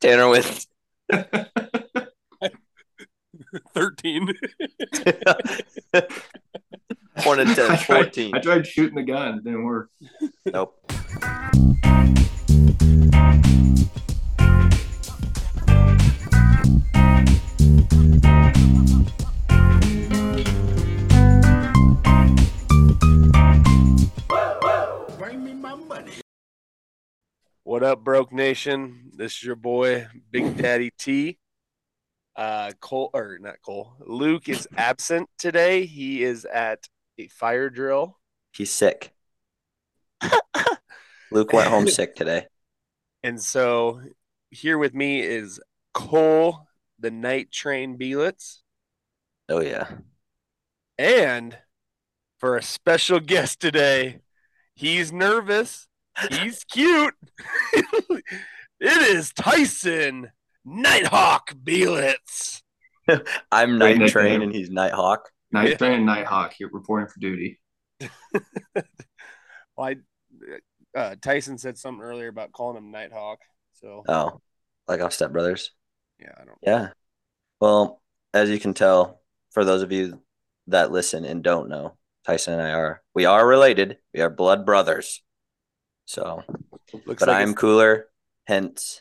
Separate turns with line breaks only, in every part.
Tanner with
13.
one and
I
ten,
tried-
14.
I tried shooting the gun, it didn't work.
Nope.
What up, Broke Nation? This is your boy, Big Daddy T. Uh, Cole, or not Cole, Luke is absent today. He is at a fire drill.
He's sick. Luke went home sick today.
And so here with me is Cole, the night train Belitz,
Oh yeah.
and for a special guest today, he's nervous, he's cute. it is Tyson Nighthawk Belitz.
I'm
Great
Night Train
nickname.
and he's Nighthawk.
Night
Yeah.
Train and Nighthawk here reporting for duty.
Well, I, uh, Tyson said something earlier about calling him Nighthawk. So
Oh, like off Step Brothers.
yeah, I don't.
Yeah. Well, as you can tell, for those of you that listen and don't know, Tyson and I are we are related. We are blood brothers. So,
Looks
but
like
I'm
it's-
cooler, hence,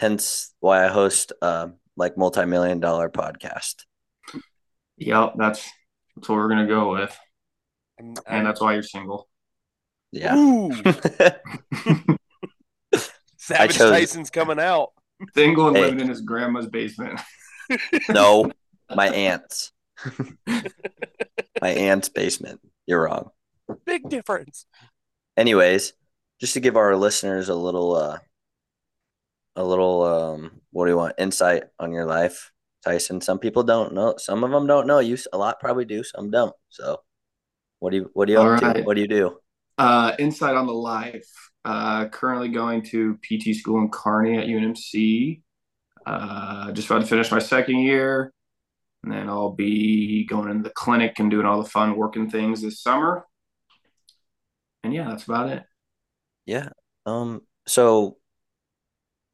hence why I host um like multi-million dollar podcast.
Yep, that's that's what we're gonna go with,
I'm-
and that's why you're single.
Yeah.
Ooh, Savage
chose-
Tyson's coming out.
single and
Hey.
living in his grandma's basement.
no, my aunt's. my aunt's basement. You're wrong.
Big difference.
anyways, just to give our listeners a little uh a little um what do you want insight on your life, Tyson. Some people don't know. Some of them don't know. You s- a lot probably do. Some don't. So what do you what do you
All
up to?
right.
What do you do?
Uh, insight on the life. Uh, currently going to PT school in Kearney at UNMC. Uh, just about to finish my second year, and then I'll be going into the clinic and doing all the fun working things this summer. And yeah, that's about it.
Yeah. Um. So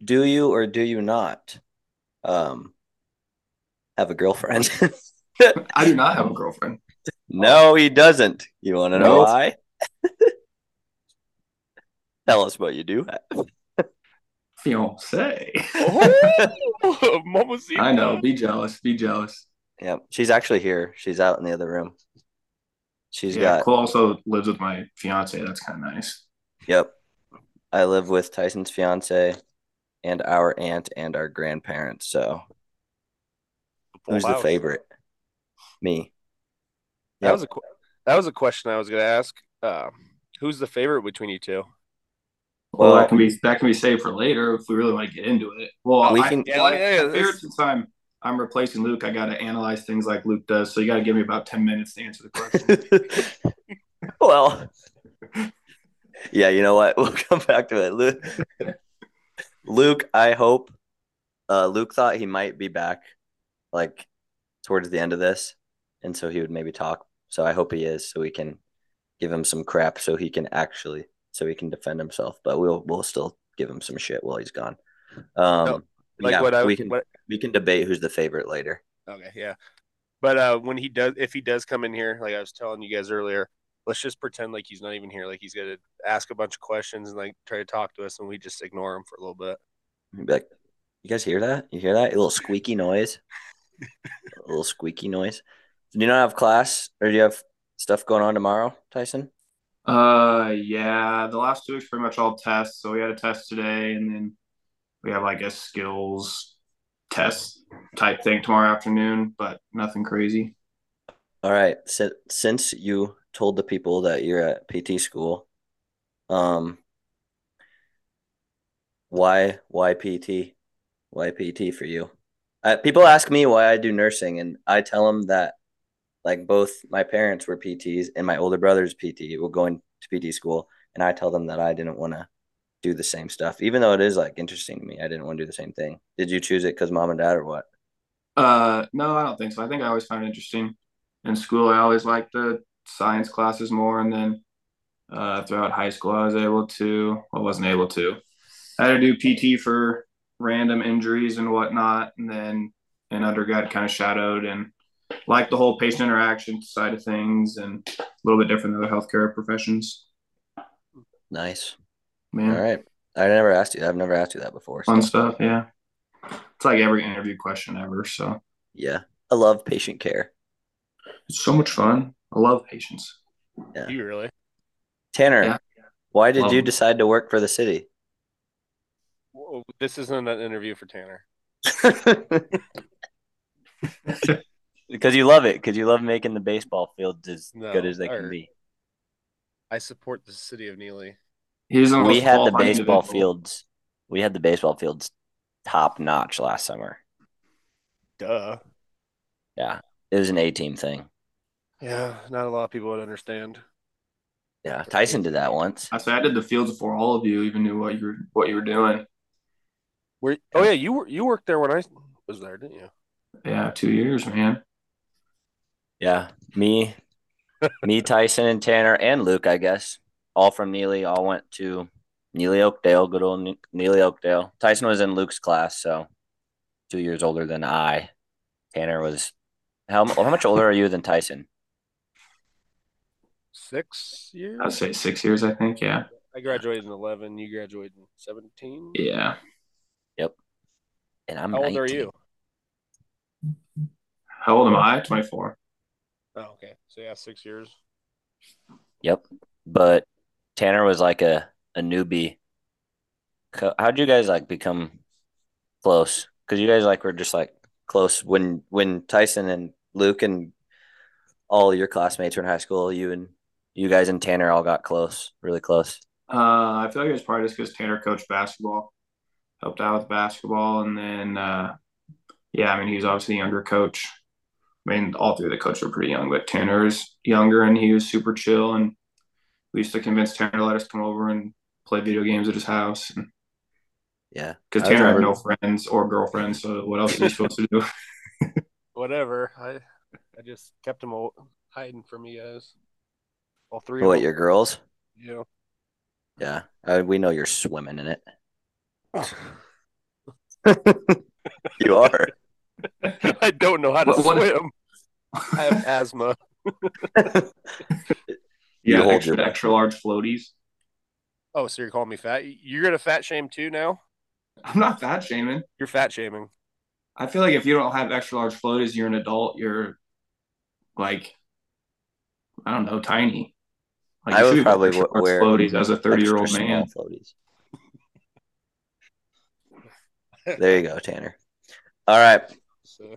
do you or do you not um have a girlfriend?
I do not have a girlfriend.
no, he doesn't. You want to know
No.
why? Tell us what you do have.
Fiance.
Oh, mamacita.
I know. Be jealous. Be jealous.
Yeah, she's actually here. She's out in the other room. She's
yeah,
got
Cole also lives with my fiance. That's kind of nice.
yep. I live with Tyson's fiance and our aunt and our grandparents. So
Full
who's
house.
the favorite? Me.
That was a que- that was a question I was going to ask. Uh, who's the favorite between you two?
Well,
Well-
that can be that can be saved for later if we really want to get into it. Well,
We
I,
can-
well, I-
Yeah, yeah,
I figured
this-
since I'm I'm replacing Luke, I got to analyze things like Luke does. So you got to give me about ten minutes to answer the question.
well. Yeah, you know what? We'll come back to it. Luke, Luke I hope uh Luke thought he might be back like towards the end of this and so he would maybe talk. So I hope he is so we can give him some crap so he can actually so he can defend himself, but we'll we'll still give him some shit while he's gone. Um
Like
yeah,
what I
we can
what,
we can debate who's the favorite later.
okay, yeah. But uh, when he does, if he does come in here, like I was telling you guys earlier, let's just pretend like he's not even here. Like he's going to ask a bunch of questions and like try to talk to us, and we just ignore him for a little bit.
He'd be like, you guys hear that? You hear that? A little squeaky noise. a little squeaky noise. Do you not have class or do you have stuff going on tomorrow, Tyson?
uh, yeah, the last two weeks pretty much all tests. So we had a test today, and then we have like a skills test type thing tomorrow afternoon, but nothing crazy.
All right. Since since you told the people that you're at PT school, um why why PT? Why PT for you? Uh, people ask me why I do nursing and I tell them that like both my parents were PTs and my older brother's PT were going to PT school and I tell them that I didn't want to do the same stuff even though it is like interesting to me. I didn't want to do the same thing. Did you choose it cuz mom and dad or what?
Uh, no, I don't think so. I think I always found it interesting in school. I always liked the science classes more, and then uh, throughout high school, I was able to. I wasn't able to. I had to do PT for random injuries and whatnot, and then an undergrad kind of shadowed and like the whole patient interaction side of things and a little bit different than other healthcare professions.
Nice.
Man,
All right. I never asked you. I've never asked you that before. so-
fun stuff. Yeah, it's like every interview question ever. So
Yeah. I love patient care.
it's so much fun. I love patients.
Yeah.
You really?
Tanner,
Yeah.
why did
Love
you
'em.
decide to work for the city?
Whoa, This isn't an interview for Tanner.
Because you love it. Because you love making the baseball field as
No,
good as they
or-
can be.
I support the city of Neely.
He's the
We
most
had the
qualified
baseball
individual.
fields. We had the baseball fields top notch last summer.
Duh.
Yeah. It was an A team thing.
Yeah, not a lot of people would understand.
Yeah. Tyson did that once.
I said I did the fields before all of you even knew what you were what you were doing.
Where? Oh yeah, you were you worked there when I was there, didn't you?
Yeah, two years, man.
Yeah. Me, me, Tyson, and Tanner, and Luke, I guess, all from Neely, all went to Neely Oakdale, good old Ne- Neely Oakdale. Tyson was in Luke's class, so two years older than I. Tanner was, how, how much older are you than Tyson?
Six years.
I'd say six years, I think. Yeah,
I graduated in eleven. You graduated in seventeen.
yeah.
And I'm
How old are
19.
you?
How old am I? Twenty four.
Oh, okay. So yeah, six years.
Yep. But Tanner was like a, a newbie. Co- How'd you guys like become close? Because you guys like were just like close when when Tyson and Luke and all your classmates were in high school. You and you guys and Tanner all got close, really close.
Uh, I feel like it was probably just because Tanner coached basketball, helped out with basketball, and then uh, yeah, I mean he was obviously a younger coach. I mean, all three of the coaches were pretty young, but Tanner was younger and he was super chill. And we used to convince Tanner to let us come over and play video games at his house
Yeah.
because
I
Tanner had
remember-
no friends or girlfriends. So what else is he supposed to do?
Whatever. I I just kept them all hiding from you guys. All three.
What
of them.
your girls?
Yeah.
Yeah, I, we know you're swimming in it. You are.
I don't know how to
What- what-
swim. I have asthma.
You
yeah,
hold
extra,
your-
extra large floaties.
Oh, so you're calling me fat? You're gonna fat shame too now?
I'm not fat shaming.
You're fat shaming.
I feel like if you don't have extra large floaties, you're an adult. You're like, I don't know, tiny. Like,
I
you
would
should be
probably
extra
wa-
large
wear
floaties as a thirty year old
Extra
man.
small floaties. There you go, Tanner. All right.
So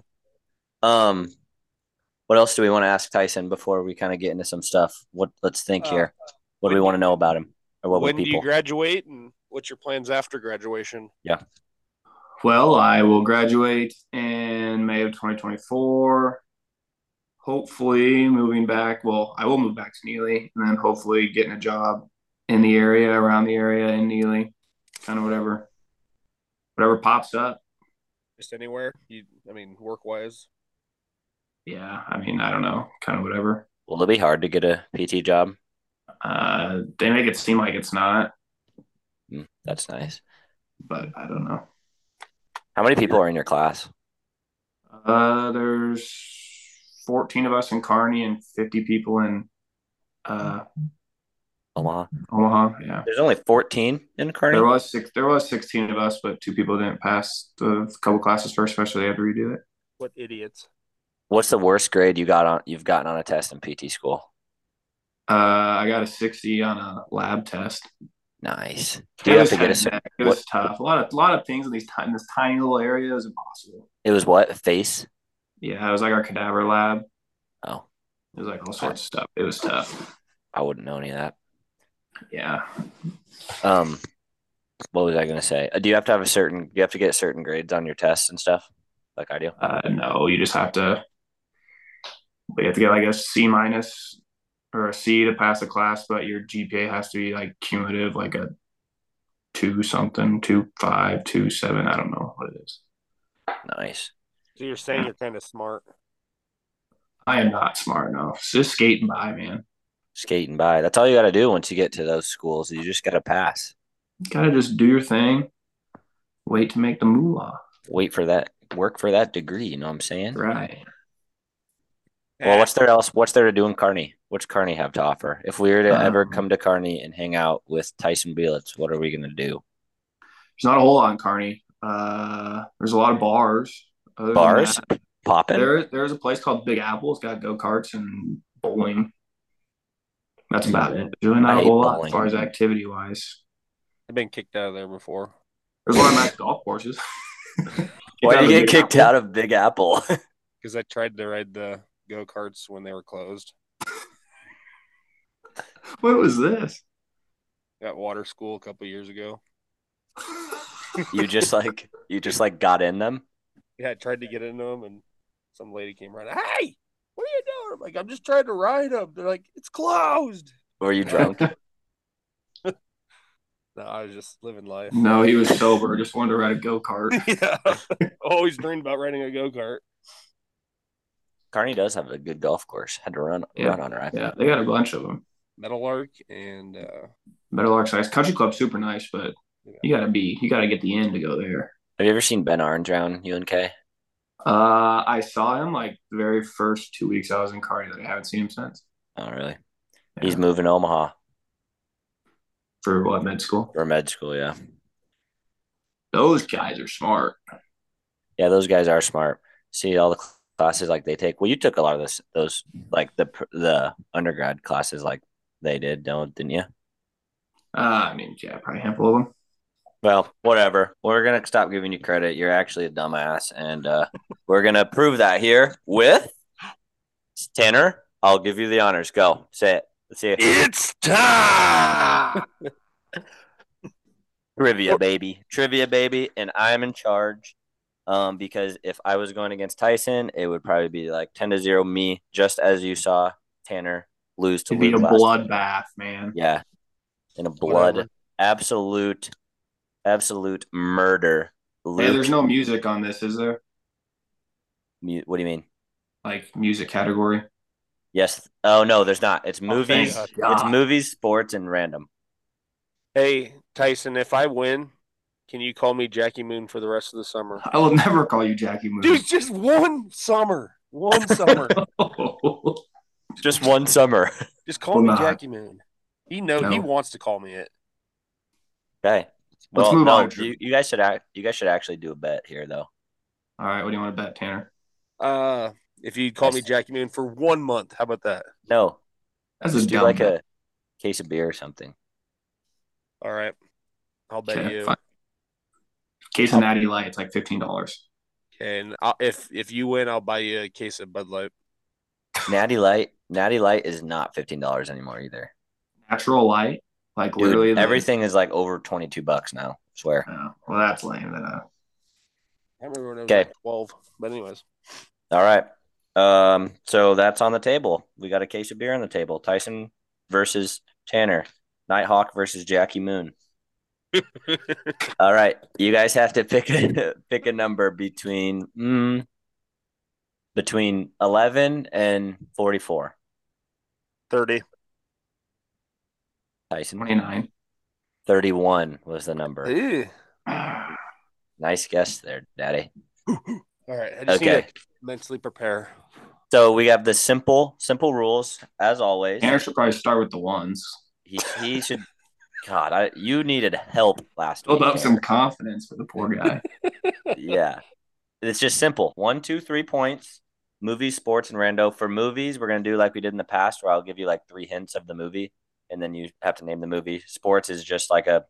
Um, what else do we want to ask Tyson before we kind of get into some stuff? What let's think
Uh,
here. What do we
when-
want to know about him, or what would
when do you
people?
graduate and what's your plans after graduation?
Well, I will graduate in May of 2024. Hopefully, moving back. Well, I will move back to Neely and then hopefully getting a job in the area, around the area in Neely, kind of whatever, whatever pops up.
Just anywhere? You I mean work wise.
Yeah. I mean, I don't know, kind of whatever.
Will it be hard to get a PT job?
Uh, they make it seem like it's not,
Mm, that's nice.
but I don't know.
How many people are in your class?
Uh, there's 14 of us in Kearney and 50 people in uh,
Omaha.
Omaha. Yeah.
There's only 14 in Kearney.
There was six. There was sixteen of us, but two people didn't pass the couple classes first special. They had to redo it.
What idiots.
What's the worst grade you got on you've gotten on a test in PT school?
Uh, I got a sixty on a lab test.
Nice. Do you have
It was
to get a?
high
cer-
tech. It was tough. A lot of a lot of things in these ti- in this tiny little area it was impossible.
It was what face?
Yeah, it was like our cadaver lab.
Oh,
It was like all sorts of stuff. It was tough.
I wouldn't know any of that.
Yeah.
Um, what was I gonna say? Uh, Do you have to have a certain? Do you have to get certain grades on your tests and stuff, like I do?
Uh, no, you just have to. We have to get like a C minus or a C to pass the class, but your GPA has to be like cumulative, like a two something, two five, two seven. I don't know what it is.
Nice.
So you're saying you're kinda smart.
I am not smart enough. It's just skating by, man.
Skating by. That's all you got to do once you get to those schools. You just got to pass.
Gotta just do your thing. Wait to make the moolah.
Wait for that. Work for that degree. You know what I'm saying?
Right.
Well, what's there else? What's there to do in Kearney? What's Kearney have to offer? If we were to
Um,
ever come to Kearney and hang out with Tyson Bielitz, what are we going to do?
There's not a whole lot in Kearney. Uh, there's a lot of bars. Other than
Bars,
that,
popping.
there, there's a place called Big Apple. It's got go karts and bowling. That's
Hmm.
about it. There's really
I
not a
hate
whole lot
bowling.
as far as activity wise.
I've been kicked out of there before.
There's a lot of nice golf courses.
Why do
Kicked
you
out
get
of
kicked
Big Apple.
out of Big Apple?
because I tried to ride the go karts when they were closed.
What was this?
Got water school a couple years ago.
you just like you just like got in them.
Yeah, I tried to get into them, and some lady came running. Hey, what are you doing? I'm like, I'm just trying to ride them. They're like, it's closed.
Were you drunk?
No, I was just living life.
No, he was sober. Just wanted to ride a go kart.
yeah, always dreamed about riding a go kart.
Kearney does have a good golf course. Had to run
Yeah.
run on her. I
Yeah,
think.
they got a bunch of them.
Metal Arc and uh,
Metal Arcs Ice Country Club's super nice, but you gotta be, you gotta get the end to go there.
Have you ever seen Ben Arn drown? UNK.
Uh, I saw him like the very first two weeks I was in Cardi that I haven't seen him since.
Oh, really? He's
Yeah.
moving to Omaha
For what med school?
for med school. Yeah,
Those guys are smart.
yeah. Those guys are smart. See all the cl- classes like they take. Well, you took a lot of this, those like the pr- the undergrad classes like they did, don't didn't you?
Uh, I mean, yeah, probably a handful of them.
Well, whatever. We're gonna stop giving you credit. You're actually a dumbass, and uh, we're gonna prove that here with Tanner. I'll give you the honors. Go say it. Let's see it.
it's time.
Trivia, baby. Trivia, baby. And I'm in charge. Um, because if I was going against Tyson, it would probably be like ten to zero me, just as you saw Tanner lose to
It'd be
Luke last
a bloodbath, man.
Yeah. In a blood,
Whatever.
absolute, absolute murder.
Hey,
Luke,
there's no music on this, is there?
mu- what do you mean?
Like music category?
Yes. Oh no, there's not. It's
Oh, thank
movies.
God.
it's movies, sports, and random.
Hey Tyson, if I win, can you call me Jackie Moon for the rest of the summer?
I will never call you Jackie Moon.
Dude, just one summer. One summer.
Just one summer.
Just call me
Nah.
Jackie Moon. He know he
No.
wants to call me it.
Okay. Well,
move
no,
on, Drew.
you, you guys should act, you guys should actually do a bet here though.
All right, what do you want to bet, Tanner?
Uh, if you'd call me Jackie Moon for one month, how about that?
No,
That's a
just do
dumb
like
bet.
a case of beer or something.
All right, I'll bet
Okay,
you.
fine. Case of Natty Light, it's like fifteen dollars.
And I'll, if if you win, I'll buy you a case of Bud Light.
Natty Light, Natty Light is not fifteen dollars anymore either.
Natural light, like
Dude,
literally the-
everything is like over twenty two bucks now. Swear.
Oh, well, that's lame. Then uh,
I remember when I was
Okay.
like twelve. But anyways,
All right. Um. So that's on the table. We got a case of beer on the table. Tyson versus Tanner. Nighthawk versus Jackie Moon. All right, you guys have to pick a pick a number between mm, between eleven and forty four.
thirty.
Tyson,
twenty nine.
thirty one was the number.
Ew.
Nice guess there, Daddy.
All right, I just need
Okay,
to mentally prepare.
so we have the simple simple rules as always.
Tanner should probably start with the ones.
He, he should. God, I, you needed help last
Build
week.
up some confidence for the poor guy.
yeah. It's just simple. One, two, three points. Movies, sports, and rando. For movies, we're gonna do like we did in the past, where I'll give you like three hints of the movie, and then you have to name the movie. Sports is just like a,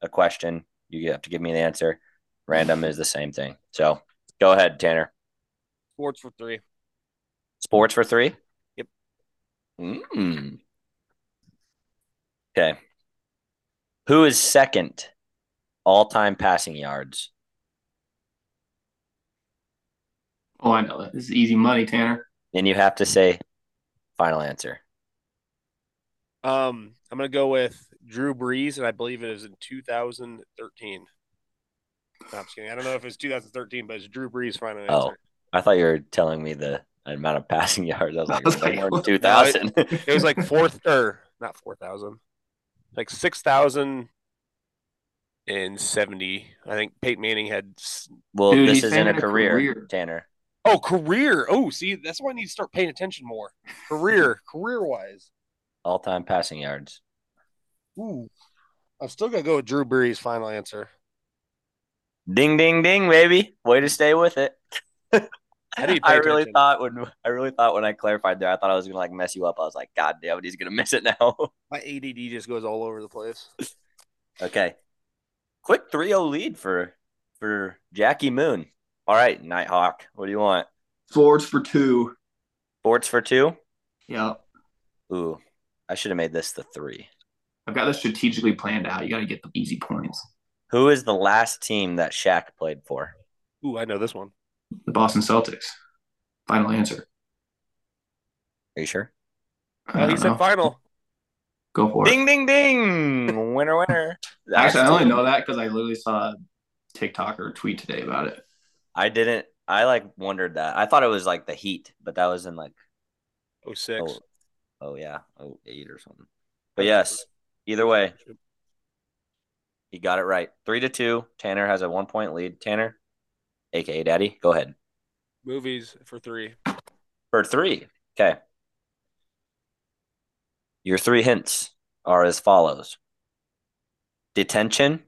a question. You have to give me the answer. Random is the same thing. So go ahead, Tanner.
Sports for three.
Sports for three.
Yep.
Mm. Okay. Who is second all time passing yards?
oh, I know that. This is easy money, Tanner.
Then you have to say final answer.
Um, I'm gonna go with Drew Brees, and I believe it is in 2013. No, I'm just kidding. I don't know if it's 2013, but it's Drew Brees final
Oh.
answer.
I thought you were telling me the amount of passing yards. I was like,
I was
it's like
like,
more than
what?
2,000.
It was like fourth or not four thousand, like six thousand in 70. I think Peyton Manning had. s-
Well,
Dude,
this
he's
is in a
saying a
career,
career.
Tanner.
Oh, career. Oh, see, that's why I need to start paying attention more. Career, career wise.
All time passing yards.
Ooh. I'm still going to go with Drew Brees' final answer.
Ding ding ding, baby. Way to stay with it.
How do you
I
pay
really
attention?
thought when I really thought when I clarified there, I thought I was gonna like mess you up. I was like, God damn it, he's gonna miss it now.
My ADD just goes all over the place.
okay. Quick 3-0 lead for for Jackie Moon. All right, Nighthawk. What do you want?
Forwards for two.
Sports for two?
Yeah.
Ooh. I should have made this the three.
I've got this strategically planned out. You got to get the easy points.
Who is the last team that Shaq played for?
Ooh, I know this one.
The Boston Celtics. Final answer.
Are you sure?
I
Oh, he
don't know.
said final.
Go for it.
Ding ding ding. winner winner. Last
Actually, I only
team.
know that because I literally saw a TikTok or a tweet today about it.
I didn't I like wondered that. I thought it was like the heat, but that was in like
Oh six.
oh, oh yeah, oh eight or something. But yes, either way, he got it right. Three to two. Tanner has a one point lead. Tanner, aka Daddy, go ahead
Movies for three.
for three. Okay. Your three hints are as follows: detention,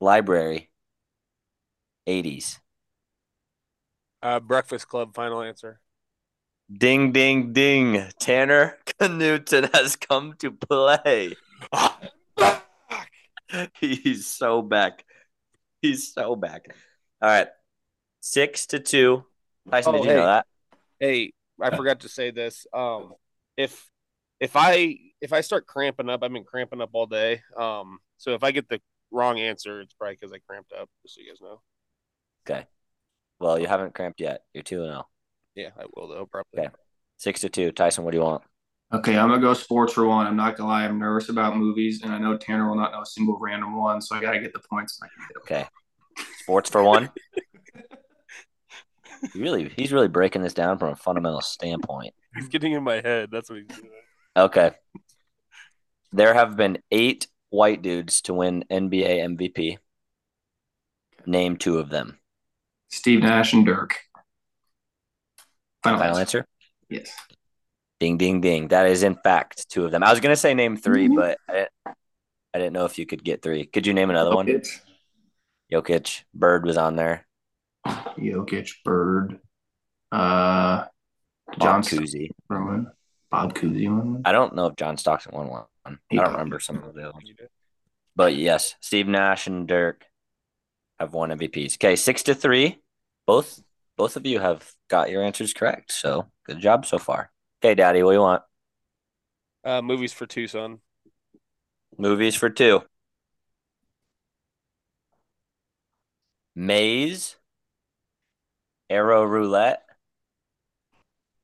library, eighties.
Uh, Breakfast Club final answer.
Ding, ding, ding. Tanner Knutson has come to play. He's so back. He's so back. All right. Six to two. Tyson,
Oh,
did you
hey.
know that?
Hey, I forgot to say this. Um, if if I if I start cramping up, I've been cramping up all day. Um, so if I get the wrong answer, it's probably because I cramped up. Just so you guys know.
Well, you haven't cramped yet. You're 2 0.
Yeah, I will though. Probably.
Okay. Six to two. Tyson, what do you want?
Okay, I'm gonna go sports for one. I'm not gonna lie, I'm nervous about movies, and I know Tanner will not know a single random one, so I gotta get the points. and I can hit 'em.
Okay. Sports for one. really, he's really breaking this down from a fundamental standpoint.
He's getting in my head. That's what he's doing.
Okay. There have been eight white dudes to win NBA MVP. Name two of them.
Steve Nash and Dirk. Final,
Final answer?
Yes.
Ding, ding, ding. That is, in fact, two of them. I was going to say name three, but I didn't, I didn't know if you could get three. Could you name another one?
Jokic,
Jokic. Bird was on there.
Jokic, Bird, uh,
John
John
Cousy.
Roman, Bob Cousy. one.
I don't know if John Stockton won one. I
He
don't
did.
remember some of the other ones.
You did.
But yes, Steve Nash and Dirk have won MVPs. Okay, six to three. Both both of you have got your answers correct. So good job so far. Okay, Daddy, what do you want?
Uh, movies for Tucson.
Movies for two. Maze. Arrow roulette.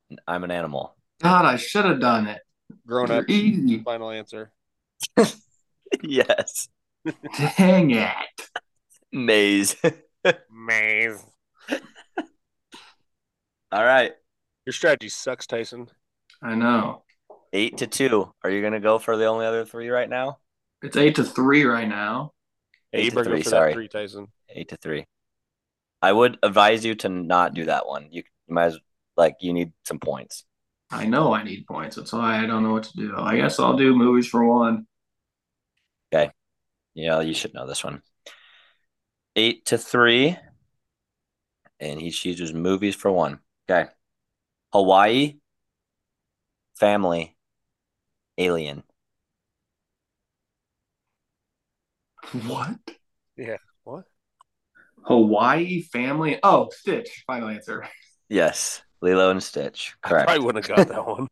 and I'm an animal.
God, I should have done it.
Grown up.
Easy.
Final answer.
yes.
Dang it.
Maze.
Maze.
All right.
Your strategy sucks, Tyson.
I know.
Eight to two. Are you gonna go for the only other three right now?
It's eight to three right now.
Hey,
Eight
you
to
better go
three,
for
sorry.
that three, Tyson.
eight to three. I would advise you to not do that one. You, you might as like you need some points.
I know I need points. That's why I don't know what to do. I guess I'll do movies for one.
Yeah, you should know this one. Eight to three, and he chooses movies for one. Okay, Hawaii, family, alien.
What?
What?
Hawaii family. Oh, Stitch. Final answer.
Yes, Lilo and Stitch.
I
Correct.
probably wouldn't have got that one.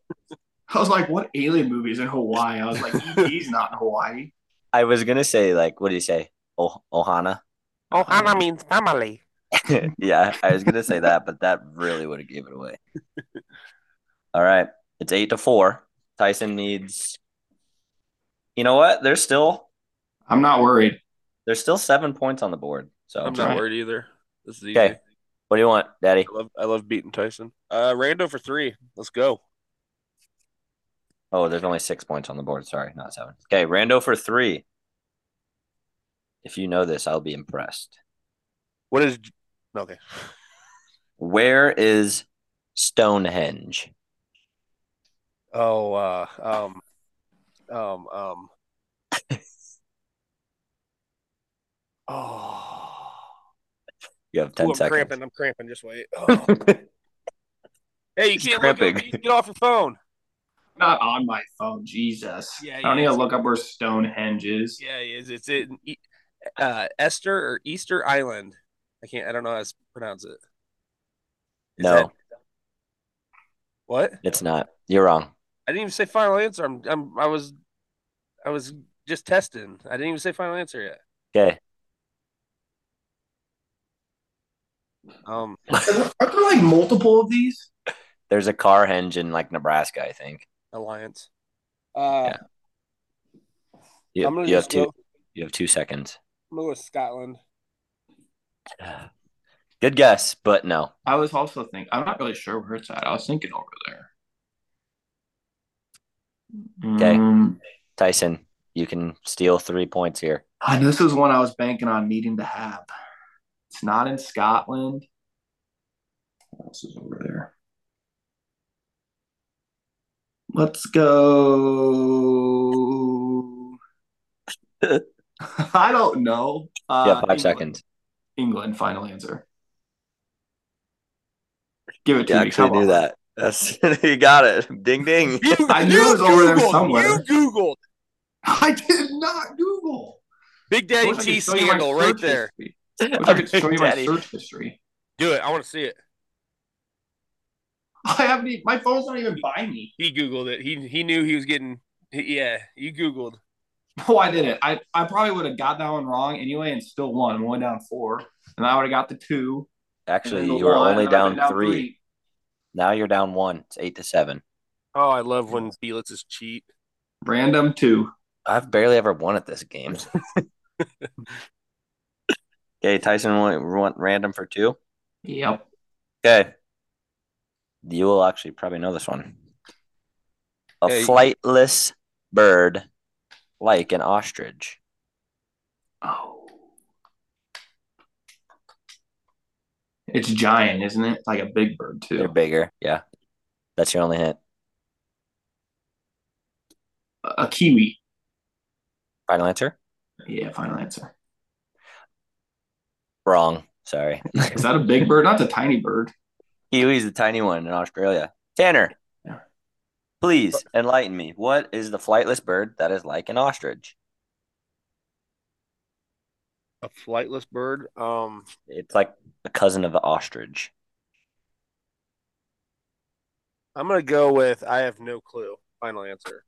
I was like, what alien movies in Hawaii? I was like, he's not in Hawaii.
I was gonna say like, what do you say? Oh, Ohana.
Oh,
Hannah
means family.
yeah, I was gonna say that, but that really would have gave it away. All right, it's eight to four. Tyson needs. You know what? There's still
I'm not worried.
there's still seven points on the board. So
I'm
sorry.
not worried either. This is easy.
Okay. what do you want, Daddy?
I love I love beating Tyson. Uh Rando for three. Let's go.
Oh, there's only six points on the board. Sorry, not seven. Okay, Rando for three. If you know this, I'll be impressed.
What is okay?
Where is Stonehenge?
Oh, uh, um, um, um. oh,
You have
Ooh,
10
I'm
seconds.
cramping. I'm cramping. Just wait. Oh. hey, you
He's
can't look
cramping.
up, you can get off your phone.
Not on my phone, Jesus.
Yeah,
I don't
yeah.
need to look up where Stonehenge is.
Yeah, it's it's in E- uh, Esther or Easter Island. I can't. I don't know how to pronounce it. Is
No,
that- what?
it's not. You're wrong.
I didn't even say final answer. I'm, I'm I was I was just testing. I didn't even say final answer yet.
Okay.
Um
Aren't there like multiple of these?
There's a car henge in like Nebraska, I think.
alliance. Uh
Yeah. You,
I'm gonna
you have
just
two.
go
You have two seconds.
I'm gonna go with Scotland.
Good guess, but no.
I was also thinking. I'm not really sure where it's at. I was thinking over there.
Okay.
Mm,
Tyson, you can steal three points here.
I know this is one I was banking on needing to have. It's not in Scotland. What else is over there? Let's go. I don't know. Uh,
You have five
England.
seconds.
England, final answer. Give it
You
to me.
actually
Come
knew
on.
that. That's you got it. Ding ding.
You,
I knew it was over there
Googled,
somewhere.
You Googled
I did not Google.
Big
I
Daddy
wish I
T
could show you my
scandal right
search
there.
history. I wish I could show you my
Daddy.
search history.
Do it. I want to see it.
I haven't. e- My phone's not even by me.
He Googled it. He he knew he was getting yeah, you Googled.
No, I didn't. I, I probably would have got that one wrong anyway, and still won. I'm only down four, and I would have got the two. and
Actually,
then the
you are
one,
only
and I would've
down
been
three. Now you're down one. It's eight to seven.
Oh, I love when Felix is cheat.
Random two.
I've barely ever won at this game. okay, Tyson went, went random for two.
Yep.
Okay. You will actually probably know this one. A
Okay.
flightless bird, like an ostrich.
Oh. It's giant, isn't it? Like a big bird
They're
too.
bigger. Yeah. That's your only hint.
A kiwi.
Final answer?
Yeah. Final answer.
Wrong. Sorry.
Is that a big bird? Not the tiny bird.
Kiwi's the tiny one in Australia. Tanner,
Yeah.
please enlighten me. What is the flightless bird that is like an ostrich?
A flightless bird. Um
It's like a cousin of an ostrich.
I'm gonna go with I have no clue. Final answer.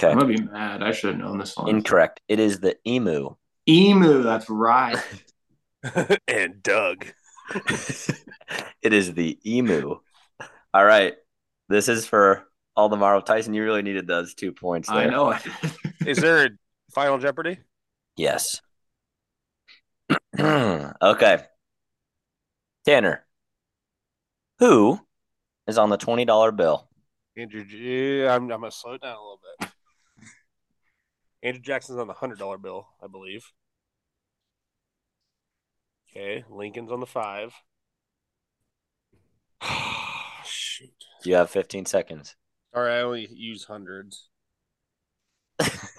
Okay.
I'm gonna be mad. I should have known this one.
Incorrect. It is the emu.
Emu. That's right.
and Doug.
it is the emu. All right. This is for Aldemaro Tyson. You really needed those two points there.
I know it.
Is there a Final Jeopardy?
Yes. okay. Tanner. Who is on the $20 bill?
Andrew, J- I'm, I'm gonna slow it down a little bit. Andrew Jackson's on the hundred dollar bill, I believe. Okay, Lincoln's on the five. Shoot.
You have 15 seconds.
All right, I only use hundreds.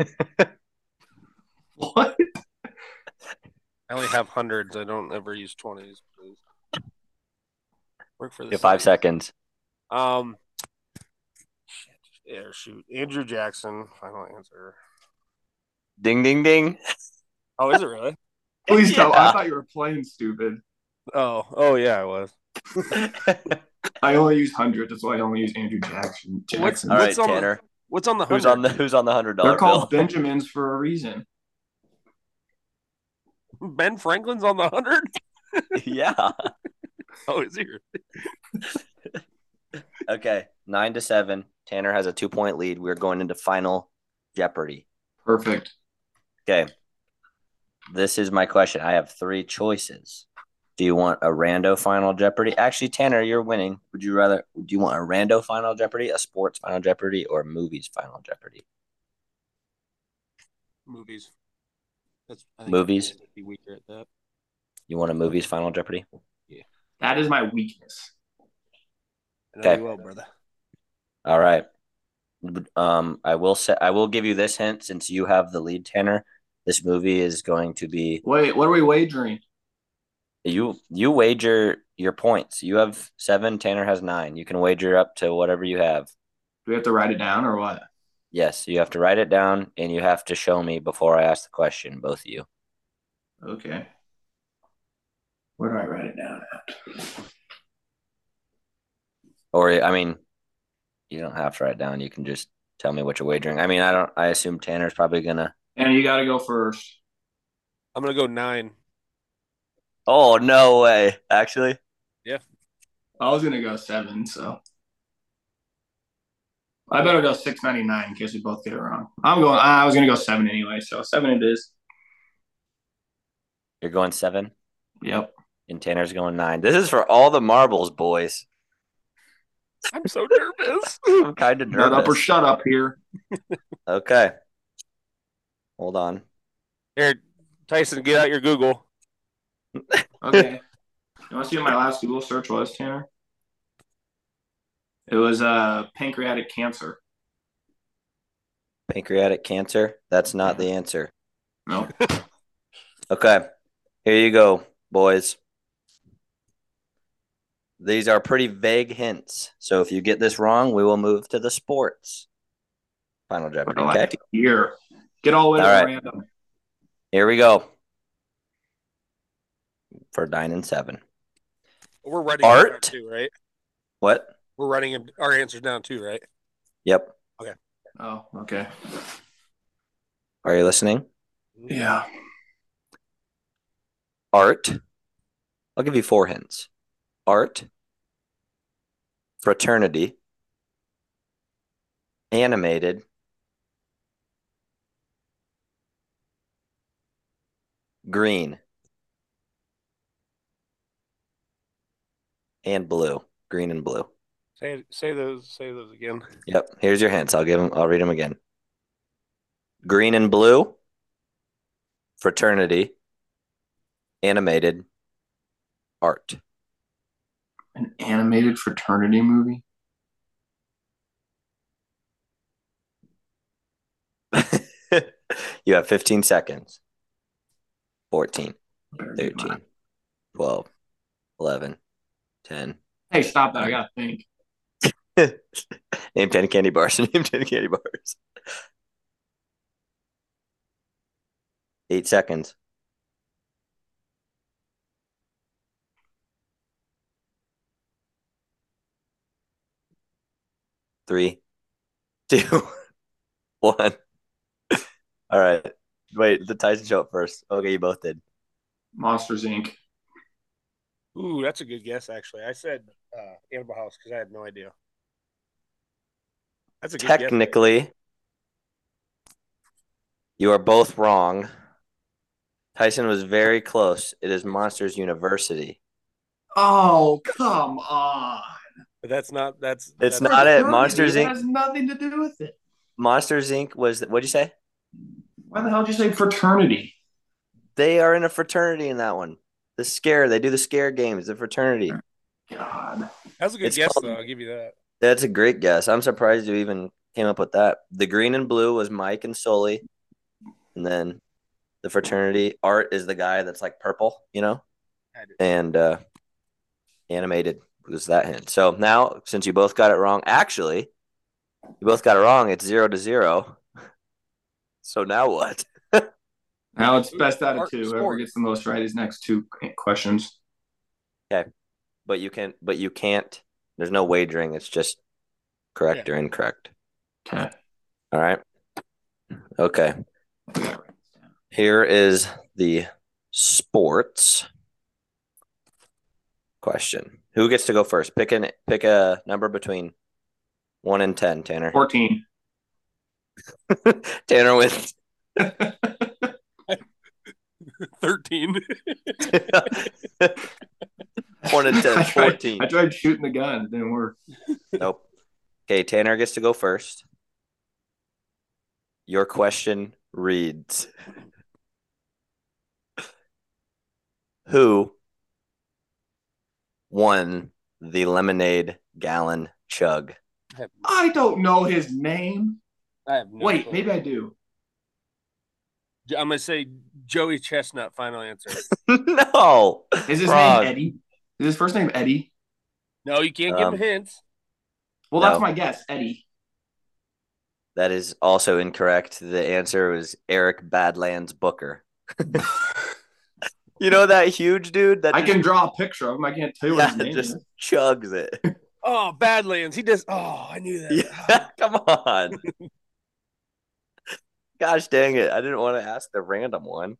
what?
I only have hundreds. I don't ever use twenties. Please. Work for
You
the
have five
city.
seconds.
Um. Shit. Yeah, shoot. Andrew Jackson. Final answer.
Ding, ding, ding.
Oh, is it really?
Please tell. I
Yeah.
thought you were playing stupid.
Oh, oh yeah, I was.
I only use hundred. That's why I only use Andrew Jackson.
What's-
Jackson.
All right,
on the-
Tanner.
What's on the
Who's
hundred?
on the who's on the $100
They're
bill?
called Benjamins for a reason.
Ben Franklin's on the hundred.
yeah.
Oh, is he? really?
Okay. 9 to 7. Tanner has a 2-point lead. We're going into final Jeopardy.
Perfect.
Okay. This is my question. I have three choices. Do you want a rando final Jeopardy? Actually, Tanner, you're winning. Would you rather? Do you want a rando final Jeopardy, a sports final Jeopardy, or movies final Jeopardy?
Movies. That's I
Movies.
I'd Be weaker at that.
You want a movie's Final Jeopardy?
That is my weakness.
I know
Okay.
you will, brother.
All right. Um, I will say I will give you this hint since you have the lead, Tanner. This movie is going to be
Wait, what are we wagering?
you. You wager your points. You have seven. Tanner has nine. You can wager up to whatever you have.
Do we have to write it down or what?
Yes, you have to write it down and you have to show me before I ask the question, both of you.
Okay. Where do I write it down at?
Or I mean, you don't have to write it down. You can just tell me what you're wagering. I mean, I don't. I assume Tanner's probably gonna.
And you got to go first.
I'm gonna go nine.
Oh no way! Actually,
I was gonna go seven, so I better go six ninety nine in case we both get it wrong. I'm going. I was gonna go seven anyway, so seven it is.
You're going seven,
Yep.
and Tanner's going nine.
this is for all the marbles, boys.
I'm so nervous.
I'm kind of
Shut up or
nervous.
shut up here.
Okay,
Hold on.
Here, Tyson, get out your Google.
Okay. you want to see what my last Google search was, Tanner? It was uh pancreatic cancer.
Pancreatic cancer. That's not the answer.
No.
Okay. Here you go, boys. These are pretty vague hints. So if you get this wrong, we will move to the sports. Final Jeopardy.
I
Okay.
like to hear. Get all the way
All
to
right.
random.
Here we go. For nine and seven.
We're writing them down
Art?
too, right?
What?
We're writing them- our answers down too, right?
Yep.
Oh, okay.
Are you listening?
Yeah.
Art. I'll give you four hints. Art. Fraternity. Animated. Green. And blue. Green and blue.
Say say those say those again.
Yep. Here's your hints. I'll give them. I'll read them again. Green and blue. Fraternity. Animated. Art.
An animated fraternity movie.
you have 15 seconds. 14,
Better be
13,
mine.
12, 11, 10.
Hey, stop that! I gotta think.
Name 10 candy bars. Name 10 candy bars. Eight seconds. Three, two, one. All right. Wait, the Tyson show up first. Okay, you both did.
Monsters Inc.
Ooh, that's a good guess actually. I said uh, Animal House because I had no idea. That's a good guess.
Technically, you are both wrong. Tyson was very close. It is Monsters University.
Oh, come on.
But that's not that's
It's
that's-
not it. Monsters,
That
Inc.
has nothing to do with it.
Monsters Inc. was what'd you say?
Why the hell did you say fraternity?
They are in a fraternity in that one. The scare they do the scare games. The fraternity.
God.
That's a good
It's
guess
called-
though. I'll give you that.
That's a great guess. I'm surprised you even came up with that. The green and blue was Mike and Sully, and then the fraternity art is the guy that's like purple, you know,
I do.
and uh, animated was that hint. So now, since you both got it wrong, actually, you both got it wrong. It's zero to zero. So now what?
Now it's best out of
Art
two.
and
Whoever
sports.
gets the most right is next two questions.
But you can, but you can't. There's no wagering. It's just correct or incorrect.
Okay.
All right. Okay. Here is the sports question. Who gets to go first? Pick an pick a number between one and ten, Tanner.
14.
Tanner wins.
Thirteen.
one and ten.
I tried-
Fourteen.
I tried shooting the gun. It didn't work.
Nope. Okay, Tanner gets to go first. Your question reads who won the lemonade gallon chug?
I have,
I don't know his name.
I have no
Wait,
clue.
maybe I do.
I'm gonna say Joey Chestnut. Final answer.
no.
Is his
Frog.
name Eddie? Is his first name Eddie?
No, you can't
Um,
give him hints.
Well,
No.
that's my guess, Eddie.
That is also incorrect. The answer was Eric Badlands Booker. you know that huge dude that
I
just-
can draw a picture of him. I can't tell you what his
yeah,
name
just
is.
chugs it.
Oh, Badlands. He does. Oh, I knew that.
Yeah, come on. Gosh dang it. I didn't want to ask the random one.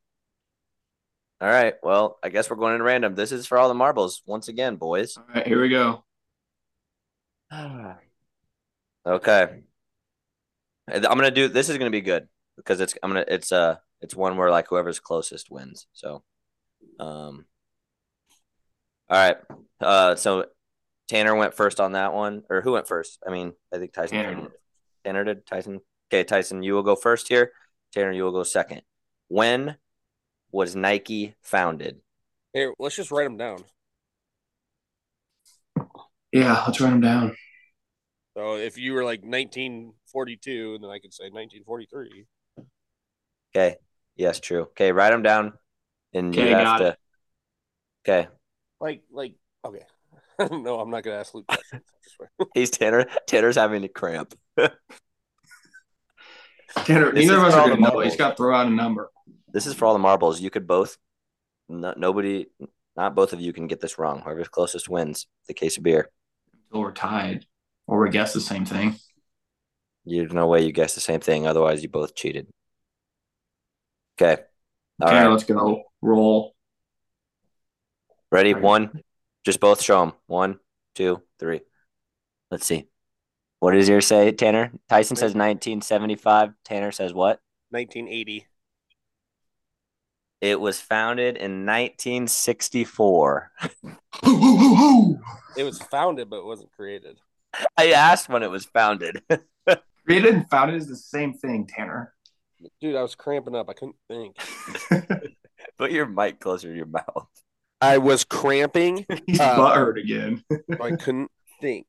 All right. Well, I guess we're going in random. This is for all the marbles once again, boys.
All right, here we go.
Okay. And I'm gonna do this is gonna be good because it's I'm gonna it's uh it's one where like whoever's closest wins. So um all right. Uh so Tanner went first on that one. Or who went first? I mean, I think Tyson
Tanner
did. Tanner did Tyson. Okay, Tyson, you will go first here. Tanner, you will go second. When was Nike founded?
Here, let's just write them down.
Yeah, let's write him down.
So if you were like 1942, and then I could say 1943.
Okay. Yes, true. Okay, write them down and
Okay,
you have
got
to Okay.
Like, like, okay. no, I'm not gonna ask Luke questions. I swear.
He's Tanner. Tanner's having a cramp.
Tanner,
This is
neither of us
for all the
are going to know.
marbles.
He's got to throw out a number.
This is for all the marbles. You could both. No, nobody, not both of you can get this wrong. Whoever's closest wins the case of beer.
Until we're tied or we guess the same thing.
There's no way you guess the same thing. Otherwise, you both cheated. Okay. All
Tanner,
right.
let's go. Roll.
Ready? One. Just both show them. One, two, three. Let's see. What does yours say, Tanner? Tyson says 1975. Tanner says what?
1980.
It was founded in 1964.
Hoo, hoo, hoo, hoo.
It was founded, but it wasn't created.
I asked when it was founded.
Created and founded is the same thing, Tanner.
Dude, I was cramping up. I couldn't think.
Put your mic closer to your mouth.
I was cramping.
He's
Uh,
buttered again.
I couldn't think.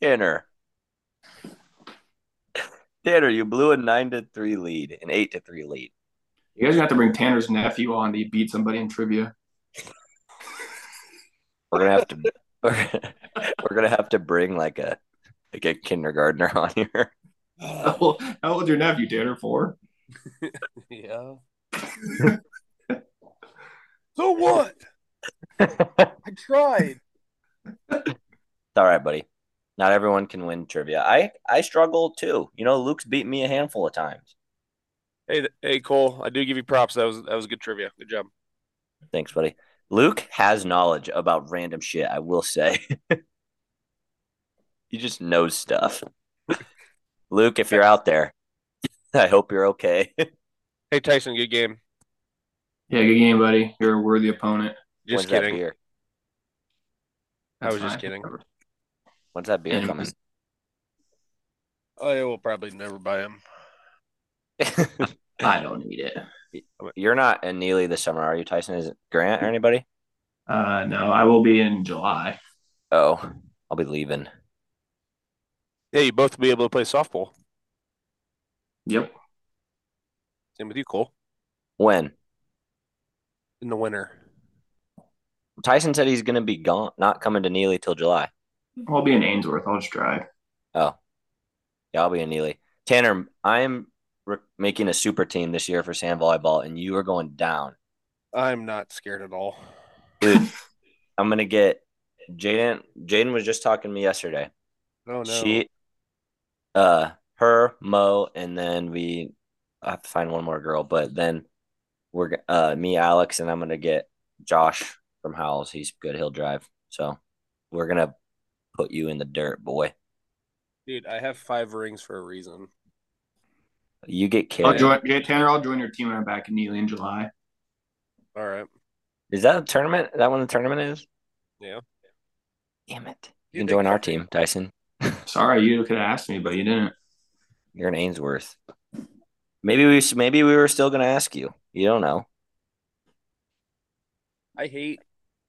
Tanner. Tanner, you blew a nine to three lead, an eight to three lead.
You guys have to bring Tanner's nephew on to beat somebody in trivia.
We're gonna have to we're, we're gonna have to bring like a like a kindergartner on here.
How old- how old's your nephew, Tanner? Four?
yeah. so what? I tried.
It's all right, buddy. Not everyone can win trivia. I I struggle too. You know, Luke's beat me a handful of times.
Hey, th- hey, Cole. I do give you props. That was that was good trivia. Good job.
Thanks, buddy. Luke has knowledge about random shit, I will say. he just knows stuff. Luke, if you're out there, I hope you're okay.
Hey, Tyson. Good game.
Yeah, good game, buddy. You're a worthy opponent.
Just
When's that
kidding.
beer?
I was just kidding.
When's that beer
Anyways.
coming?
I will probably never buy him.
I don't need it.
You're not in Neely this summer, are you, Tyson? Is it Grant or anybody?
Uh, no, I will be in July.
Oh, I'll be leaving.
Yeah, you both be able to play softball.
Yep.
Same with you, Cole.
When?
In the winter.
Tyson said he's gonna be gone, not coming to Neely till July.
I'll be in Ainsworth. I'll just drive.
Oh, yeah, I'll be in Neely. Tanner, I'm re- making a super team this year for sand volleyball, and you are going down.
I'm not scared at all.
Dude, I'm gonna get Jaden. Jaden was just talking to me yesterday.
Oh no.
She, uh, her, Mo, and then we I have to find one more girl, but then we're g- uh me, Alex, and I'm gonna get Josh from Howells. He's good. He'll drive. So we're gonna put you in the dirt, boy.
Dude, I have five rings for a reason.
You get
I'll
carried.
join yeah, Tanner. I'll join your team when I'm back in Neely in July.
All right.
is that a tournament? Is that when the tournament is?
Yeah.
Damn it! You
You
can
think
join our
so?
team, Tyson.
Sorry, you could have asked me, but you didn't.
You're in Ainsworth. Maybe we s- maybe we were still gonna ask you. You don't know.
I hate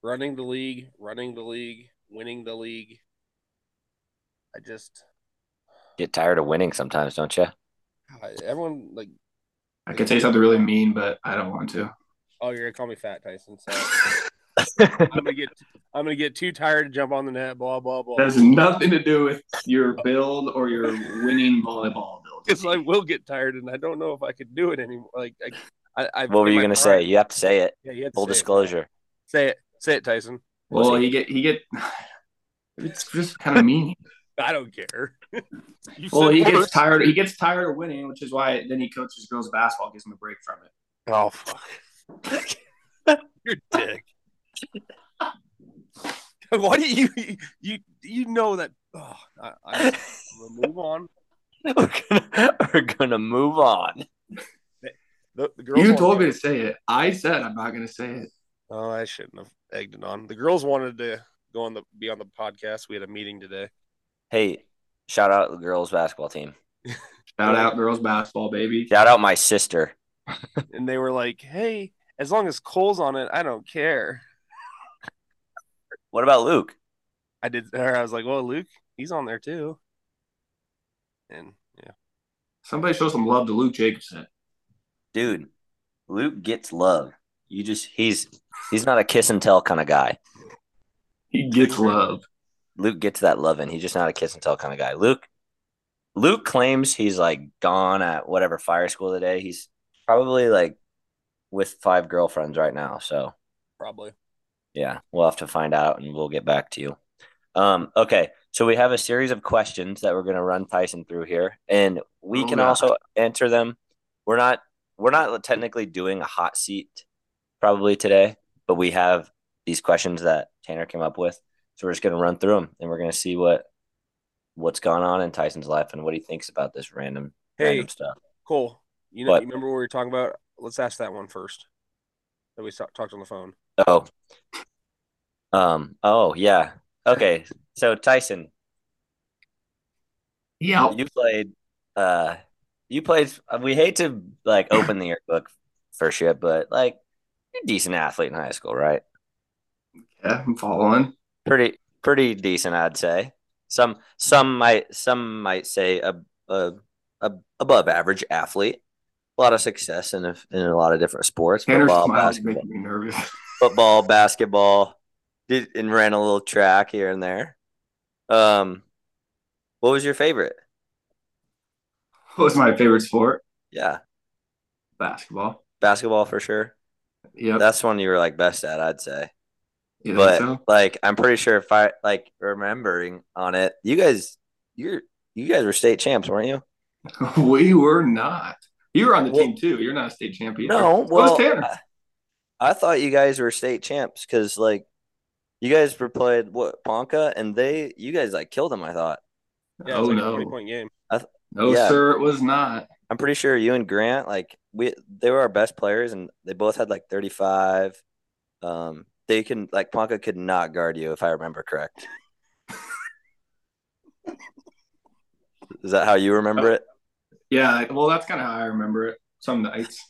running the league, running the league, winning the league. I just
Get tired of winning sometimes, don't you?
I- everyone like
I could say something really mean, but I don't want to.
oh you're gonna call me fat Tyson. So I'm gonna get I'm gonna get too tired to jump on the net. Blah blah blah.
That has nothing to do with your build or your winning volleyball build.
because I will get tired, and I don't know if I could do it anymore. Like I, I, I
What were
in
you
my
gonna
mind-
say? You have to say it.
Yeah, you had to
Full
say it.
disclosure.
Say it. Say it, Tyson.
Well, he get he get. It's just kind of mean.
I don't care. You
Well,
said
he gets
worse.
tired. He gets tired of winning, which is why then he coaches girls basketball, gives him a break from it.
Oh fuck! You're a dick. Why do you you you know that? Oh, I, I, I'm gonna move on.
We're gonna, we're gonna move on.
The, the girls
You
wanted-
told me to say it. I said I'm not going to say it.
Oh, I shouldn't have egged it on. The girls wanted to go on the be on the podcast. We had a meeting today.
Hey, shout out the girls basketball team.
Shout out girls basketball, baby.
Shout out my sister.
and they were like, "Hey, as long as Cole's on it, I don't care."
What about Luke?
I did. Or I was like, "Well, Luke, he's on there too." And yeah,
Somebody show some love to Luke Jacobson.
Dude, Luke gets love. You just he's he's not a kiss and tell kind of guy.
He gets love.
Luke gets that loving. He's just not a kiss and tell kind of guy. Luke Luke claims he's like gone at whatever fire school today. He's probably like with five girlfriends right now. So
probably.
yeah, we'll have to find out and we'll get back to you. Um, okay, so we have a series of questions that we're gonna run Tyson through here, and we
Oh,
can
no.
also answer them. We're not we're not technically doing a hot seat probably today, but we have these questions that Tanner came up with, so we're just gonna run through them and we're gonna see what what's gone on in Tyson's life and what he thinks about this random
Hey.
random stuff.
Cole, you know,
What?
you remember what we were talking about? Let's ask that one first. That we talk- talked on the phone.
Oh, um, oh yeah, okay. So Tyson,
Yeah.
you played uh you played we hate to like open the yearbook for shit but like you're a decent athlete in high school right
Yeah, I'm following.
pretty pretty decent i'd say some some might some might say a, a, a above average athlete a lot of success in a, in a lot of different sports
Tanner's
football
smiles
basketball,
making me nervous.
football basketball did and ran a little track here and there um what was your favorite
What was my favorite sport?
yeah
Basketball.
basketball for sure
Yep.
That's one you were like best at, I'd say.
You think
but
so?
like, I'm pretty sure if I like remembering on it, you guys, you're you guys were state champs, weren't you?
we were not. You were on the
Well-
team too. You're not a state champion.
No,
So
well,
was Tanner.
I, I thought you guys were state champs because like, you guys were played what Ponca, and they you guys like killed them. I thought.
Yeah,
oh
it's like a
no,
twenty point game.
no
Yeah.
sir, it was not.
I'm pretty sure you and Grant like we they were our best players, and they both had like 35. Um, they can like Ponca could not guard you if I remember correct. Is that how you remember it?
Yeah, like, well, that's kind of how I remember it. Some nights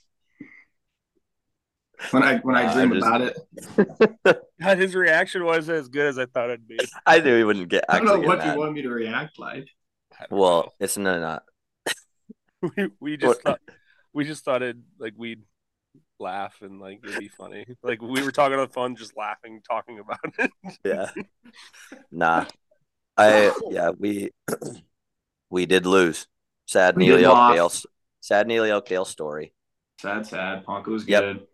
when I when I
Nah,
dream
I just-
about it,
God, his reaction was as good as I thought it'd be.
I knew he wouldn't get.
I don't
Actually
know
get
what
mad.
you wanted me to react like.
I don't
Well, it's no, not.
know. we, we just
What-
thought, we just thought it like we'd laugh and like it'd be funny. Like we were talking on the phone, just laughing, talking about it.
Yeah. nah. I yeah we we did lose. Sad
We
Neely
did lost.
Oakdale. Sad Neely Oakdale story.
Sad, sad. Ponko was
Yep.
good.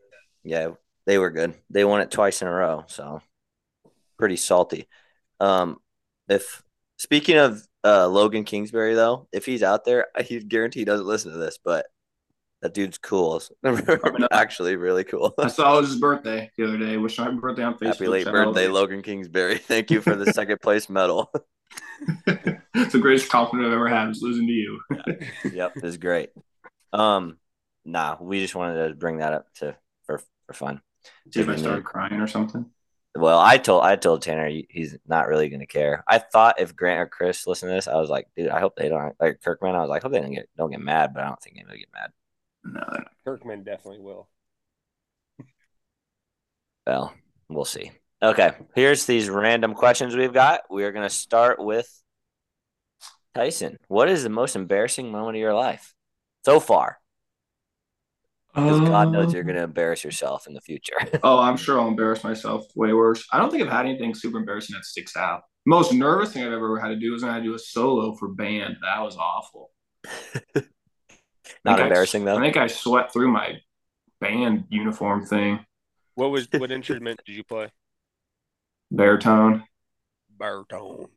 Yeah, they were good. They won it twice in a row, so pretty salty. Um, if speaking of uh, Logan Kingsbury though, if he's out there, I he guarantee he doesn't listen to this, but that dude's cool. Actually, really cool.
I saw it was his birthday the other day. Wish my birthday on Facebook.
Happy late
Shout out
birthday,
to-
Logan Kingsbury. Thank you for the second place medal.
it's the greatest compliment I've ever had. Is losing to you.
yep, it's great. Um, nah, we just wanted to bring that up to for for fun.
See if I
Taking
started crying or something.
Well, I told I told Tanner he- he's not really going to care. I thought if Grant or Chris listen to this, I was like, dude, I hope they don't like Kirkman. I was like, hope they don't get don't get mad, but I don't think they'll get mad.
No,
Kirkman definitely will.
Well, We'll see. Okay, here's these random questions we've got. We are going to start with Tyson. What is the most embarrassing moment of your life so far? Because God knows you're going to embarrass yourself in the future.
Oh, I'm sure I'll embarrass myself way worse. I don't think I've had anything super embarrassing that sticks out. Most nervous thing I've ever had to do was when I had to do a solo for band. That was awful.
Not
I-
embarrassing
I
though.
think I sweat through my band uniform thing.
What was what instrument did you play?
Baritone.
Baritone.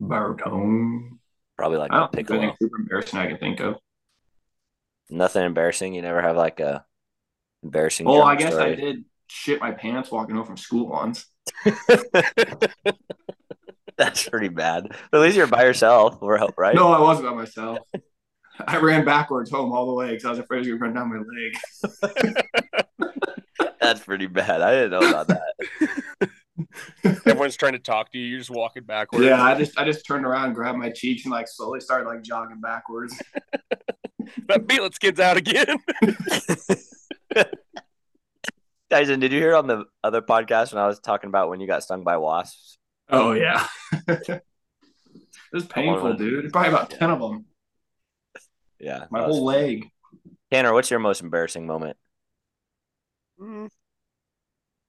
Baritone.
Probably like
I
a
don't think there's
piccolo.
anything super embarrassing I can think of.
Nothing embarrassing. You never have like a embarrassing.
Oh,
drama
I guess I
story.
did shit my pants walking home from school once.
That's pretty bad. But at least you're by yourself, or help, right?
No, I wasn't by myself. I ran backwards home all the way because I was afraid it was going to run down my leg.
That's pretty bad. I didn't know about that.
Everyone's trying to talk to you. You're just walking backwards.
Yeah, I just I just turned around, grabbed my cheeks, and like slowly started like jogging backwards.
That Beatles kid's out again.
Tyson, did you hear on the other podcast when I was talking about when you got stung by wasps?
Oh yeah, it was painful,
Alright.
dude. Probably about ten of them.
Yeah.
My
that was-
whole leg.
Tanner, what's your most embarrassing moment?
Mm.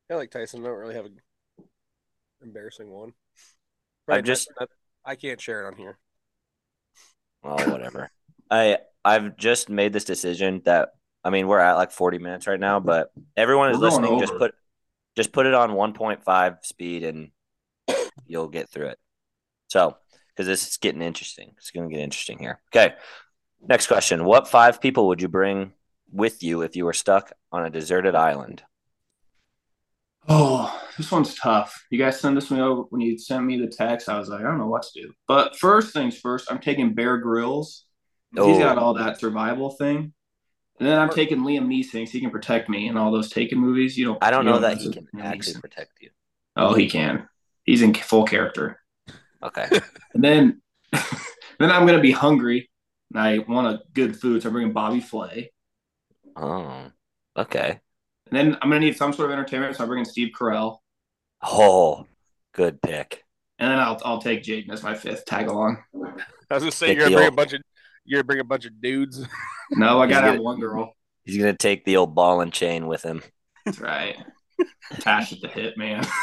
I like Tyson. I don't really have an embarrassing one.
I've just-
not- I can't share it on here.
Well, whatever. I I've just made this decision that I mean we're at like 40 minutes right now, but everyone is
We're going
listening. Just
over.
put just put it on 1.5 speed and you'll get through it. So, because this is getting interesting. It's gonna get interesting here. Okay. Next question. What five people would you bring with you if you were stuck on a deserted island?
Oh, this one's tough. You guys send this one over when you sent me the text. I was like, I don't know what to do. But first things first, I'm taking Bear Grylls. He's
Oh.
got all that survival thing. And then I'm taking Liam Neeson. 'cause He can protect me in all those Taken movies. You don't.
I don't
you
know that he
mess
can
with Liam
actually
Neeson.
protect you.
Oh, he can. He's in full character.
Okay.
And then, then I'm gonna be hungry, and I want a good food. So I'm bringing Bobby Flay.
Oh. Okay.
And then I'm gonna need some sort of entertainment. So I'm bringing Steve Carell.
Oh, good pick.
And then I'll I'll take Jaden as my fifth tag along.
I was gonna say
Big
you're gonna bring
deal.
a bunch of you're gonna bring a bunch of dudes.
No, I
He's
gotta
good.
have one girl.
He's gonna take the old ball and chain with him.
That's right. Attached at the hip, man.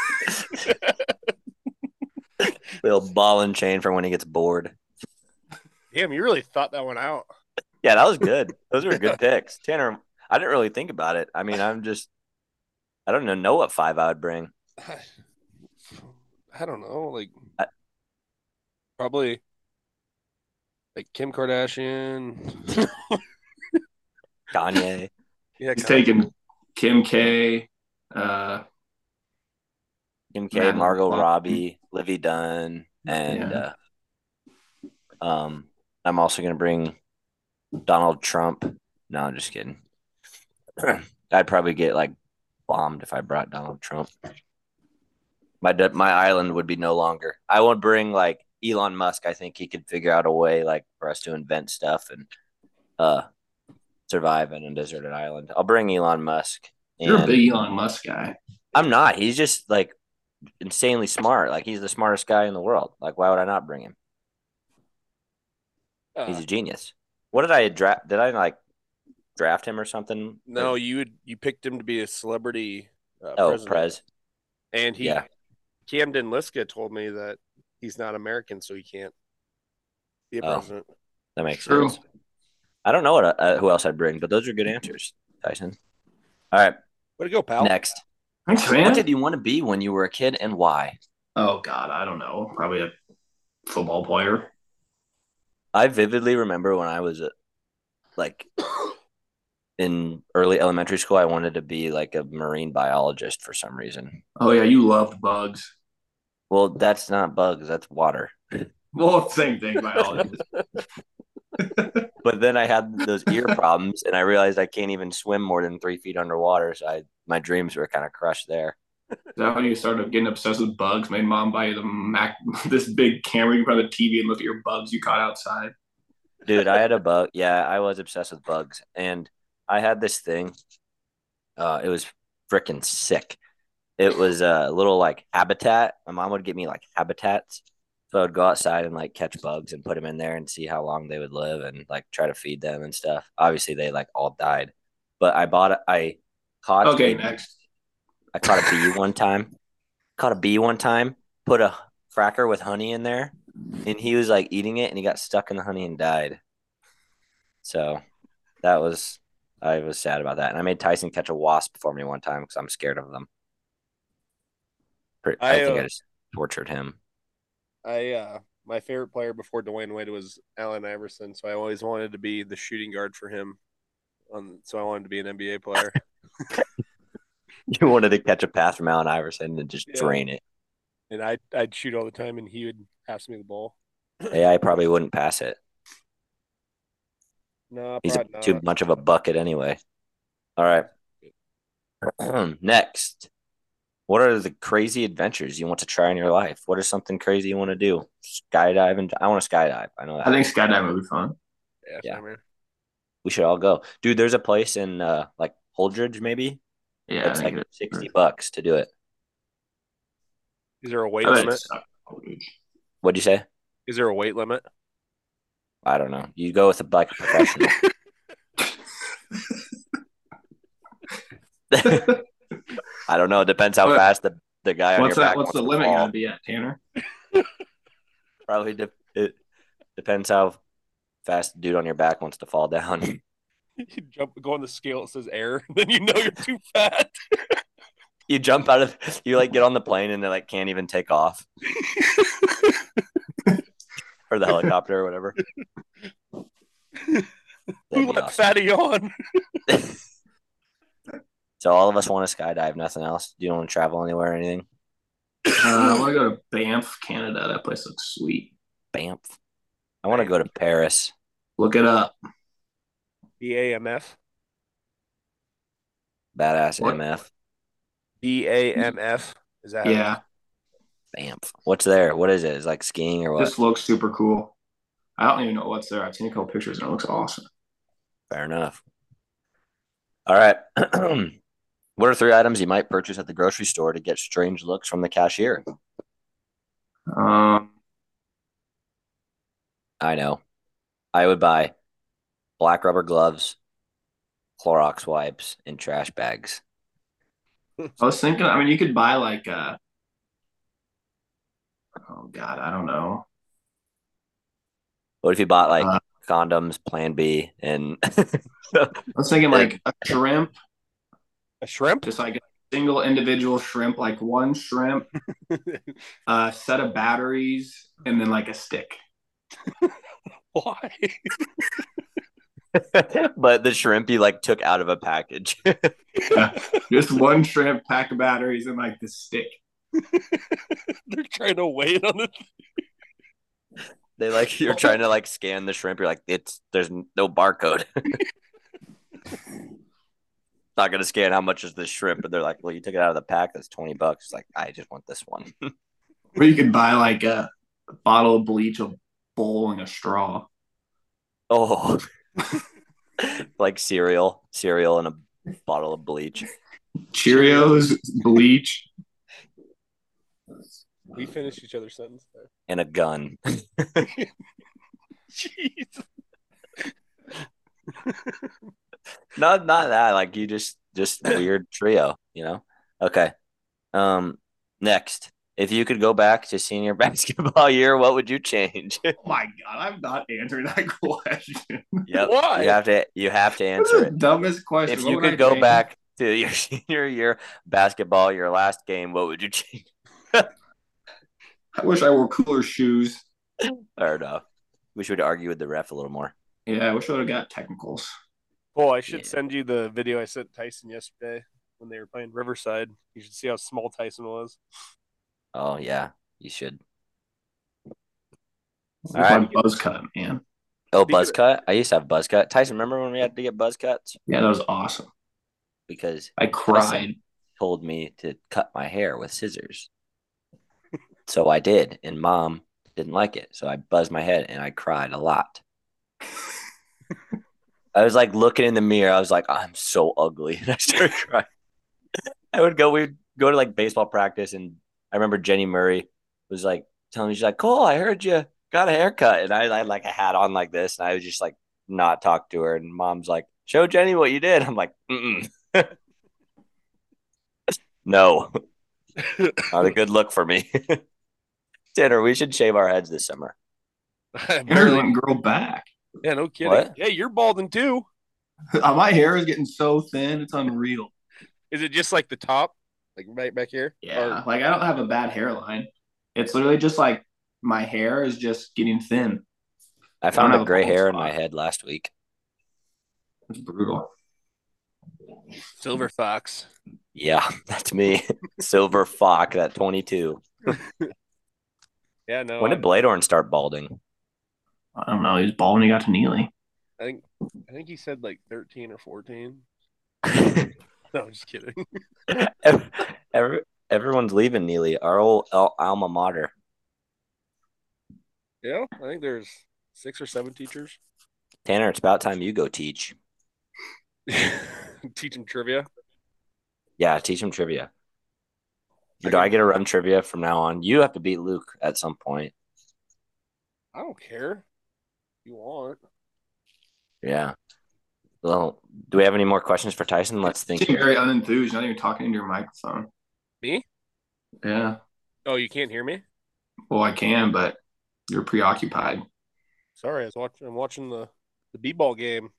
The old ball and chain for when he gets bored.
Damn, you really thought that one out.
Yeah, that was good. Those were good picks. Tanner, I didn't really think about it. I mean, I'm just I don't even know what five I would bring.
I don't know, like
I-
probably like Kim Kardashian.
Kanye.
yeah,
He's
Kanye.
taking Kim K. Uh,
Kim K,
Madeline
Margot
Fox.
Robbie, Livy Dunn, and
Yeah.
uh, um I'm also gonna bring Donald Trump. No, I'm just kidding. I'd probably get like bombed if I brought Donald Trump. My de- my island would be no longer. I would bring like Elon Musk. I think he could figure out a way like for us to invent stuff and uh survive on a deserted island. I'll bring Elon Musk.
you're a
and-
big Elon Musk guy.
I'm not. He's just like insanely smart. Like he's the smartest guy in the world. Like why would I not bring him?
Uh,
He's a genius. What did I draft? Did I like draft him or something?
no, you would you picked him to be a celebrity. Uh,
Oh,
president.
Prez.
And he,
Yeah.
Camden Liska told me that he's not American, so he can't be a
Oh.
president.
That makes
True.
sense. I don't know what uh, who else I'd bring, but those are good answers, Tyson. All right,
Way to go, pal.
next.
Thanks,
What
man.
did you want to be when you were a kid, and why?
oh God, I don't know. Probably a football player.
I vividly remember when I was uh, like in early elementary school, I wanted to be like a marine biologist for some reason.
Oh yeah, you loved bugs.
Well, that's not bugs, that's water.
Well, same thing, biologist.
But then I had those ear problems, and I realized I can't even swim more than three feet underwater. So I, my dreams were kind of crushed there.
Is that when you started getting obsessed with bugs? Made mom buy you the Mac, this big camera you can put on the TV and look at your bugs you caught outside.
Dude, I had a bug. Yeah, I was obsessed with bugs, and I had this thing. Uh, it was freaking sick. it was a little like habitat. My mom would get me like habitats. So I would go outside and like catch bugs and put them in there and see how long they would live and like try to feed them and stuff. Obviously, they like all died, but I bought, a- I caught,
Okay,
a-
next.
I caught a bee one time. Caught a bee one time. Put a cracker with honey in there, and he was like eating it, and he got stuck in the honey and died. So that was I was sad about that, and I made Tyson catch a wasp for me one time because I'm scared of them. Pre- I,
I,
think
uh,
I just tortured him.
I uh my favorite player before Dwayne Wade was Allen Iverson, so I always wanted to be the shooting guard for him. On so I wanted to be an NBA player.
You wanted to catch a pass from Allen Iverson and just
Yeah.
drain it.
and I I'd shoot all the time and he would pass me the ball.
Yeah, I probably wouldn't pass it.
No,
He's a,
probably
too
not.
much of a bucket anyway. All right. Next. What are the crazy adventures you want to try in your life? What is something crazy you want to do? Skydive and I want to skydive. I know that.
I think skydiving would be fun.
Yeah,
yeah.
man.
we should all go. Dude, there's a place in uh like Holdridge maybe.
Yeah, I
That's
think
like
it-
60 bucks to do it.
Is there a
I
weight
bet
limit?
it's
What'd you say?
Is there a weight limit?
I don't know. You go with a like a professional. I don't know. It depends how
What-
fast the, the guy on
What's
your
that?
back
What's
wants
the
to
limit
fall.
gonna be at Tanner?
Probably de- it depends how fast the dude on your back wants to fall down.
You jump go on the scale it says air, then you know you're too fat.
you jump out of you like get on the plane and they like can't even take off or the helicopter or whatever. That'd
Who
be
let
awesome.
fatty on?
So all of us want to skydive, nothing else. Do you want to travel anywhere or anything?
Uh, I want to go to Banff, Canada. That place looks sweet.
Banff. I want to go to Paris.
Look it up.
BAMF.
Badass
What?
MF.
BAMF. Is that
Yeah,
Banff. What's there? What is it? It's like skiing or what?
this looks super cool. I don't even know what's there. I've seen a couple pictures and it looks awesome.
Fair enough. All right. what are three items you might purchase at the grocery store to get strange looks from the cashier?
Um,
I know. I would buy black rubber gloves, Clorox wipes, and trash bags.
I was thinking. I mean, you could buy like uh Oh God, I don't know.
What if you bought like
Uh.
condoms, Plan B, and
I was thinking like a shrimp,
a shrimp?
just like a single individual shrimp, like one shrimp, a set of batteries, and then like a stick.
Why?
but the shrimp you like took out of a package?
Just one shrimp, pack of batteries, and like the stick.
They're trying to wait on the
they like you're trying to like scan the shrimp. You're like it's there's no barcode. Not gonna scan how much is this shrimp, but they're like, well, you took it out of the pack. That's twenty bucks. It's like I just want this one.
Or you could buy like a, a bottle of bleach, a bowl, and a straw.
Oh, like cereal, cereal, and a bottle of bleach.
Cheerios, bleach.
We finished each other's sentence there.
and a gun.
Jeez.
Not not that. Like you just just weird trio, you know? Okay. Um next. If you could go back to senior basketball year, what would you change? yep.
Oh my god, I'm not answering that question.
Why?
You have to you have to
That's
answer
the
it.
dumbest question.
If
What
you
would I
could go
change?
back to your senior year basketball, your last game, what would you change?
I wish I wore cooler shoes.
Fair enough. We should argue with the ref a little more.
Yeah, I wish I would have got technicals.
Cole, Oh, I should
Yeah.
send you the video I sent Tyson yesterday when they were playing Riverside. You should see how small Tyson was.
Oh yeah, you should.
With
All right.
My buzz cut, man.
Oh,
Speaking
buzz
of-
cut. I used to have buzz cut. Tyson, remember when we had to get buzz cuts
Yeah, that was awesome.
because
I cried.
told me to cut my hair with scissors. so I did, and mom didn't like it. So I buzzed my head and I cried a lot. I was like looking in the mirror. I was like, I'm so ugly. And I started crying. I would go, we'd go to like baseball practice, and I remember Jenny Murray was like telling me she's like, "Cole, I heard you got a haircut," and I, I had like a hat on like this, and I was just like not talk to her, and Mom's like, "Show Jenny what you did." I'm like, Mm-mm. "No, not a good look for me." Tanner, we should shave our heads this summer.
Hair's letting grow back.
yeah, no kidding.
What?
Yeah, you're balding too.
My hair is getting so thin, it's unreal.
Is it just like the top, like right back here?
Yeah, like I don't have a bad hairline. It's literally just like my hair is just getting thin.
I found
don't
a
have a
gray
bald
hair in
spot.
my head last week.
It's brutal.
Or silver fox.
Yeah, that's me, Silver Fox at 22.
Yeah, no.
When
I,
did Bladorn start balding?
I don't know. He's bald when he got to Neely.
I think I think he said like 13 or 14. No, I'm just kidding.
Ev- every- everyone's leaving Neely, our old al- alma mater.
Yeah, I think there's six or seven teachers
Tanner, it's about time you go teach.
teaching trivia.
Yeah, teach him trivia. Do
Okay.
I get to run trivia from now on? You have to beat Luke at some point.
I don't care. If you want?
Yeah. Well, do we have any more questions for Tyson? Let's think.
Seem very unenthused. Not even talking into your microphone.
Me?
Yeah.
Oh, you can't hear me?
Well, I can, but you're preoccupied.
Sorry, I was watching. I'm watching the the b-ball game.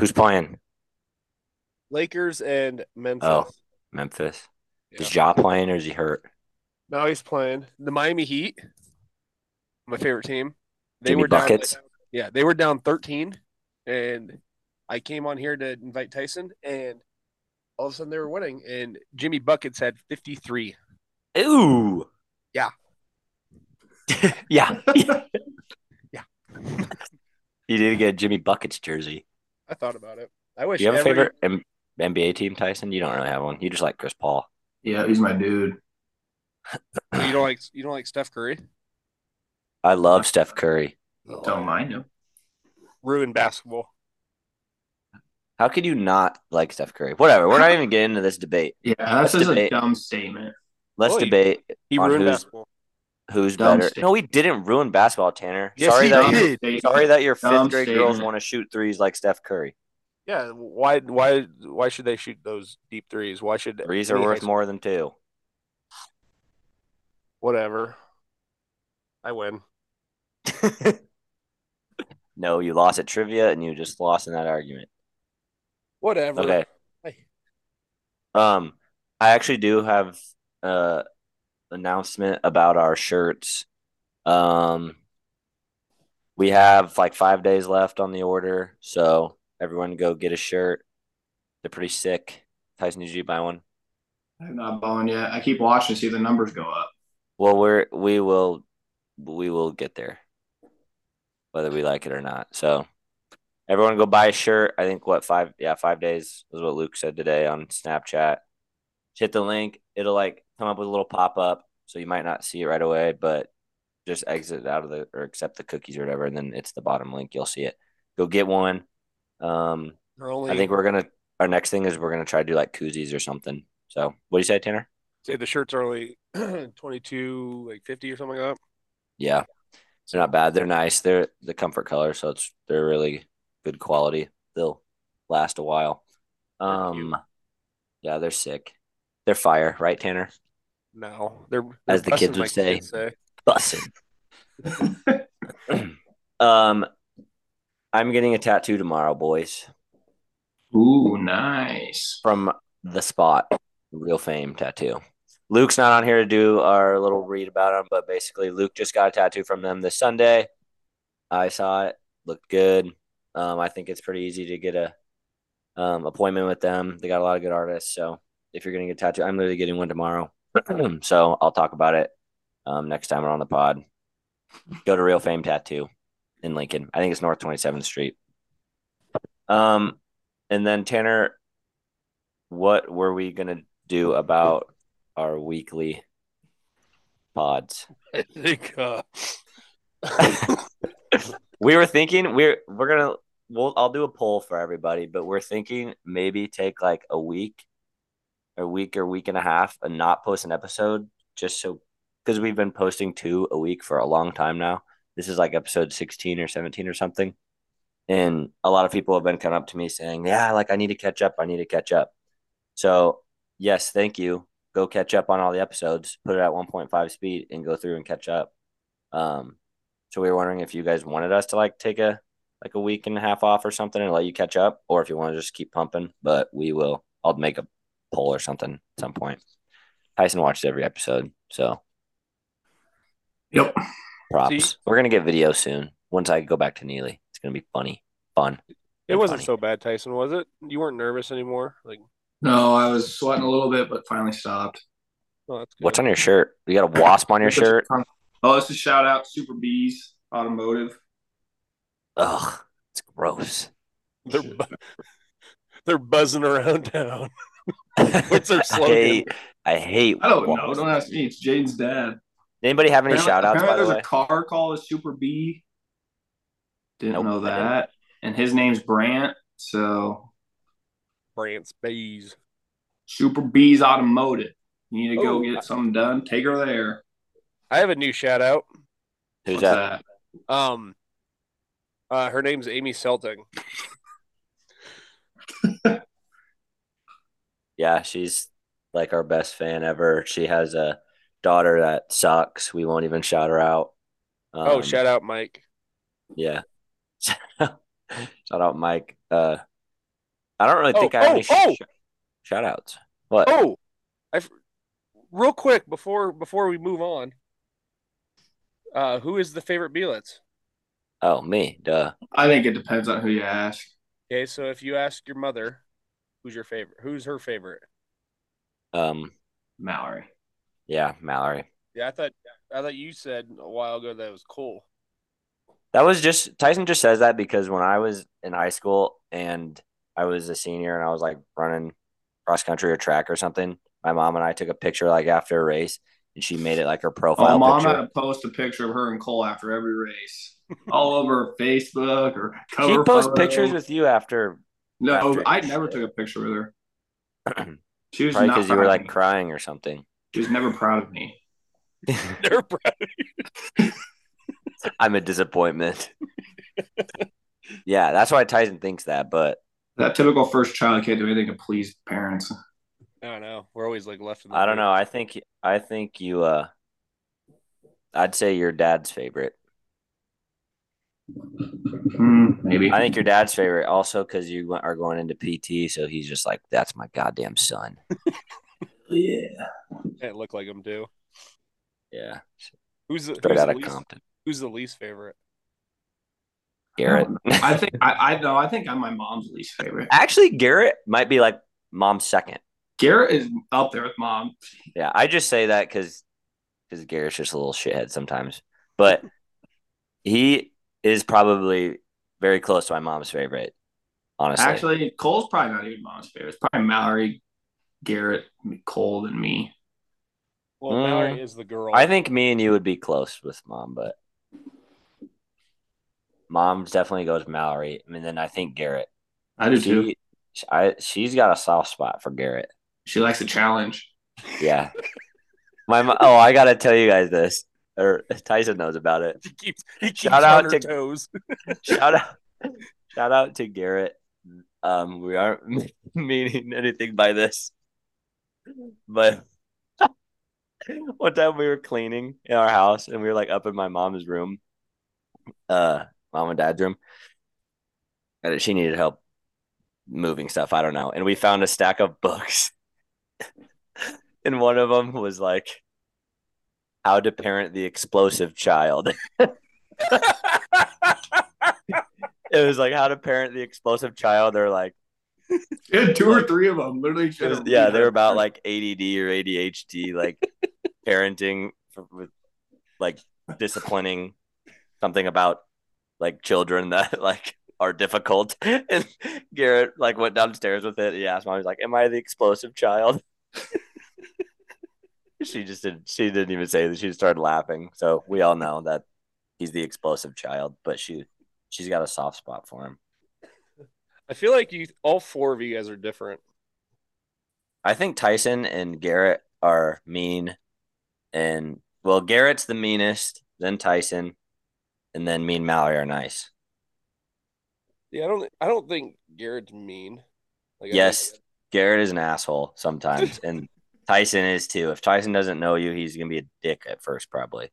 Who's playing?
Lakers and Memphis.
Oh. Memphis.
Yeah.
Is Ja playing or is he hurt?
Now he's playing the Miami Heat, my favorite team. They
Jimmy
were down,
Buckets.
yeah, they were down 13, and I came on here to invite Tyson, and all of a sudden they were winning, and Jimmy Buckets had 53.
Ooh.
Yeah.
yeah.
Yeah.
you need to get a Jimmy Bucket's jersey.
I thought about it. I wish
Do you have a
every-
favorite M- NBA team, Tyson? You don't really have one. You just like Chris Paul.
Yeah, he's my dude.
Oh, you don't like you don't like Steph Curry.
I love Steph Curry.
Don't mind him.
Ruin basketball.
How could you not like Steph Curry? Whatever. We're not even getting into this debate.
Yeah,
Let's
that's just a
debate.
dumb statement.
Let's
Oh, you-
debate
He
On
ruined
who's-
basketball.
who's
Dumb
better.
statement.
No, we didn't ruin basketball, Tanner.
Yes,
sorry
he
that
Dumb
did.
you,
statement.
sorry that your fifth
Dumb
grade girls
statement.
want to shoot threes like Steph Curry.
Yeah, why why why should they shoot those deep threes? Why should
Threes are
any high
worth
school-
more than two.
Whatever. I win.
No, you lost at trivia and you just lost in that argument.
Whatever.
Okay.
Hey.
Um, I actually do have uh announcement about our shirts. Um, we have like five days left on the order, so everyone go get a shirt. They're pretty sick. Tyson, did you buy one?
I'm not balling yet. I keep watching to see the numbers go up.
Well, we're we will we will get there, whether we like it or not. So everyone go buy a shirt. I think what five yeah five days is what Luke said today on Snapchat. Just hit the link. It'll like come up with a little pop up, so you might not see it right away, but just exit out of the or accept the cookies or whatever, and then it's the bottom link. You'll see it. Go get one. Um,
They're only
I think we're gonna our next thing is we're gonna try to do like koozies or something. So what do you say, Tanner?
say the shirts are only 22 like 50 or something like that
Yeah. They're not bad. They're nice. They're the comfort color, so it's they're really good quality. They'll last a while.
They're cute.
Um yeah, they're sick. They're fire, right, Tanner?
no they're,
As
they're
the kids
bussing,
would
my
say.
say
Bussin. um I'm getting a tattoo tomorrow, boys.
Ooh, nice.
From the spot. Real fame tattoo. Luke's not on here to do our little read about him, but basically Luke just got a tattoo from them this Sunday. I saw it. Looked good. Um, I think it's pretty easy to get a um, appointment with them. They got a lot of good artists. So if you're going to get a tattoo, I'm literally getting one tomorrow. so I'll talk about it um, next time we're on the pod. Go to Real Fame Tattoo in Lincoln. I think it's North 27th Street. Um, and then Tanner, what were we going to do about our weekly pods?
i think uh
we were thinking we're we're gonna we'll I'll do a poll for everybody, but we're thinking maybe take like a week a week or week and a half and not post an episode just so because we've been posting two a week for a long time now. This is like episode 16 or 17 or something. And a lot of people have been coming up to me saying, Yeah, like I need to catch up. I need to catch up. So, yes, thank you. Go catch up on all the episodes, put it at 1.5 speed and go through and catch up. Um, so we were wondering if you guys wanted us to like take a like a week and a half off or something and let you catch up, or if you want to just keep pumping, but we will I'll make a poll or something at some point. Tyson watched every episode, so
Yep.
props.
See-
We're gonna get video soon. Once I go back to Neely, it's gonna be funny, fun.
It wasn't
funny.
so bad, Tyson, was it? You weren't nervous anymore. Like,
No, I was sweating a little bit, but finally stopped.
oh, that's good.
What's on your shirt? You got a wasp on your shirt?
Oh, this is shout out Super Bees Automotive.
Ugh, it's gross.
They're, bu- they're buzzing around town.
What's
their slogan?
I hate. I, hate
I don't know.
wasps.
Don't ask me. It's Jaden's dad.
Anybody have any
Apparently-
shout outs by
apparently
the
there's
way?
a car called a Super B. Didn't
Nope,
know
I didn't.
that. And his name's Brant. So
Brant's bees.
Super B's Automotive. You need to
Oh,
go
I-
get something done. Take her there.
I have a new shout out.
Who's
What's
that?
that?
Um, uh, her name's Amy Selting.
Yeah, she's like our best fan ever. She has a daughter that sucks. We won't even shout her out.
oh,
Um,
shout out, Mike.
Yeah. shout out Mike. Uh I don't really
Oh,
think I have
oh,
any sh-
oh!
shout outs. What?
Oh, I f- real quick before before we move on. Uh, who is the favorite Beelitz?
Oh, me. Duh.
I think it depends on who you ask.
Okay, so if you ask your mother, who's your favorite? Who's her favorite?
Um
Mallory.
yeah, Mallory.
Yeah, I thought I thought you said a while ago that was cool.
That was just Tyson just says that because when I was in high school and I was a senior and I was like running cross country or track or something, my mom and I took a picture like after a race and she made it like her
Oh,
profile
mom
picture.
had to post a picture of her and Cole after every race, all over Facebook or cover.
She posts
photo.
pictures with you after
No,
after
I
each
never
show.
took a picture with her. She was
probably
not
because you were
proud of
like
me.
crying or something.
she was never proud of me.
They're proud.
I'm a disappointment. yeah, that's why Tyson thinks that, but
That typical first child can't do anything to please parents.
I don't know. We're always like left in the
I don't
dirt.
know. I think I think you uh I'd say your dad's favorite.
Hmm, maybe.
I think your dad's favorite also because you went- are going into PT, so he's just like, "That's my goddamn son."
yeah.
Can't look like them do.
Yeah,
Who's the,
straight
who's
out
the
of
least,
Compton,
who's the least favorite?
Garrett.
I think I, I know. I think I'm my mom's least favorite.
Actually, Garrett might be like mom's second.
Garrett is up there with mom.
Yeah, I just say that because because Garrett's just a little shithead sometimes, but he is probably very close to my mom's favorite. Honestly,
Actually, Cole's probably not even mom's favorite. It's probably Mallory, Garrett, Cole, and me.
Well,
Mm.
Mallory is the girl.
I think me and you would be close with mom, but mom definitely goes Mallory. I mean, then I think Garrett.
I do too.
She, I she's got a soft spot for Garrett.
She likes a challenge.
Yeah. My mo- oh, I gotta tell you guys this, or Tyson knows about it.
he keeps he keeps
Shout
on
out
her
to-
toes.
Shout out, shout out to Garrett. Um, we aren't meaning anything by this, but one time we were cleaning in our house and we were like up in my mom's room, uh, mom and dad's room, and she needed help moving stuff. I don't know, and we found a stack of books, and one of them was like, "How to Parent the Explosive Child." it was like how to parent the explosive child or like
She had two or three of them. Literally, she
it
had
was-
a
yeah
read.
they're about like add or adhd like parenting for, with like disciplining something about like children that like are difficult and garrett like went downstairs with it he asked mom he's like am i the explosive child she just didn't she didn't even say that she started laughing so we all know that he's the explosive child but she she's got a soft spot for him
I feel like you all four of you guys are different.
I think Tyson and Garrett are mean, and well, Garrett's the meanest, then Tyson, and then me and Mallory are nice.
Yeah, I don't. I don't think Garrett's mean. Like, I
Yes. Garrett is an asshole sometimes, and Tyson is too. If Tyson doesn't know you, he's gonna be a dick at first, probably.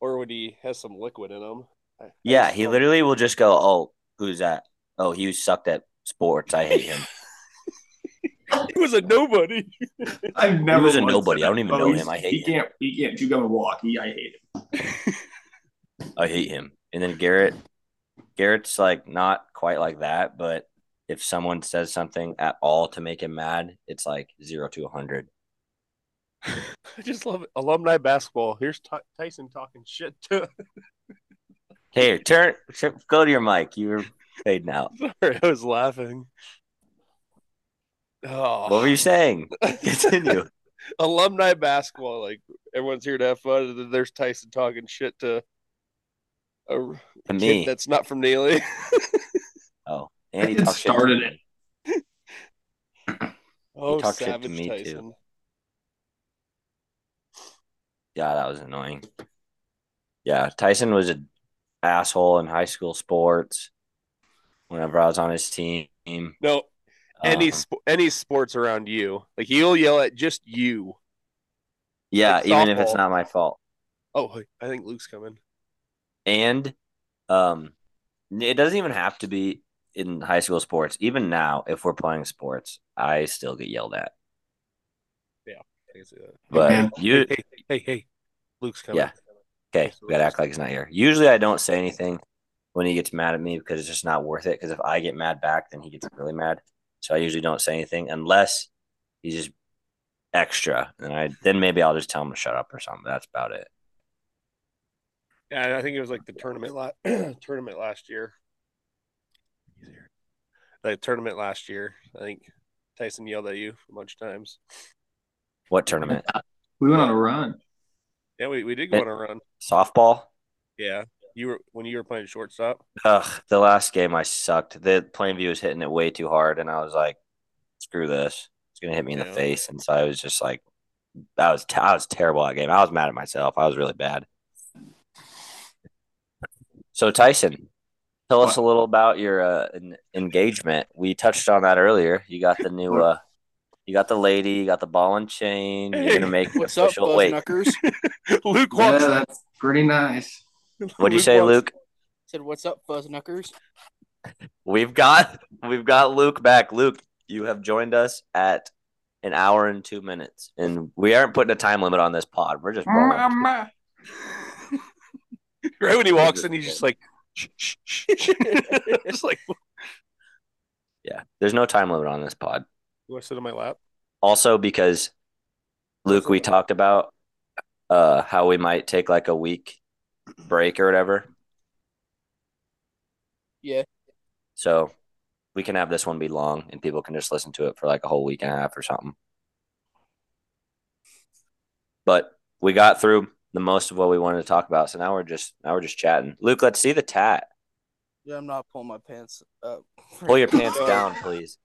or when he has some liquid in him. I- I
Yeah,
just
he
don't-
literally will just go, "Oh, who's that? Oh, he sucked at sports. I hate him.
He was a nobody.
I've never.
was a
once
nobody.
said,
I don't even
"Oh,
know
he's-
him. I hate
he
him."
can't. He can't chew gum and walk. He, I hate him.
I hate him." And then Garrett, Garrett's like not quite like that, but if someone says something at all to make him mad, it's like zero to a hundred.
I just love it. alumni basketball. Here's Ty Tyson talking shit to.
Here, turn, sh- go to your mic. You're fading out.
Sorry, I was laughing. Oh,
What were you saying? Continue.
alumni basketball. Like everyone's here to have fun. And then there's Tyson talking shit to a r-
To
kid
me,
that's not from Neely.
oh, and he
It
talked shit to
started
me.
it.
oh,
talked shit to
savage
me, too.
Tyson.
Yeah, that was annoying. Yeah, Tyson was an asshole in high school sports. Whenever I was on his team,
No, any
Um,
sp- any sports around you, like he'll yell at just you.
yeah,
like
even if it's
softball.
not my fault,
Oh, I think Luke's coming.
and um, it doesn't even have to be in high school sports. Even now, if we're playing sports, I still get yelled at.
I can see that.
But
man.
you,
Hey, hey, hey, Luke's coming.
Yeah. Okay, we gotta act like he's not here. Usually, I don't say anything when he gets mad at me because it's just not worth it. Because if I get mad back, then he gets really mad. So I usually don't say anything unless he's just extra, and I then maybe I'll just tell him to shut up or something. That's about it.
Yeah, and I think it was like the tournament la- tournament last year. The tournament last year, I think Tyson yelled at you a bunch of times.
What tournament?
We went on a run.
Yeah, we, we did
Yeah.
go on a run.
Softball.
Yeah, you were when you were playing shortstop.
Ugh, the last game I sucked. The Plainview was hitting it way too hard, and I was like, "Screw this! It's gonna hit me in
Yeah.
the face." And so I was just like, "I was I was terrible at that game. I was mad at myself. I was really bad." So Tyson, tell us a little about your uh, en- engagement. We touched on that earlier. You got the new, uh, you got the lady, you got the ball and chain. You're gonna make it
What's up,
official. Wait,
Buzzknuckers?
Luke
Yeah,
walks.
that's pretty nice.
what'd you say,
walks-
Luke?
Said, what's up, Buzzknuckers?
We've got we've got Luke back. Luke, you have joined us at an hour and two minutes, and we aren't putting a time limit on this pod. We're just
Um,
rolling.
Oh,
Right when he walks in, he's just like, shh, shh, shh, shh. just like, you
yeah. There's no time limit on this pod.
want to sit on my lap?
Also, because Luke, we talked about uh how we might take like a week break or whatever.
Yeah.
So we can have this one be long, and people can just listen to it for like a whole week and a half or something. But we got through the most of what we wanted to talk about, so now we're just now we're just chatting. Luke, let's see the tat.
Yeah, I'm not pulling my pants up.
Pull your pants down, please.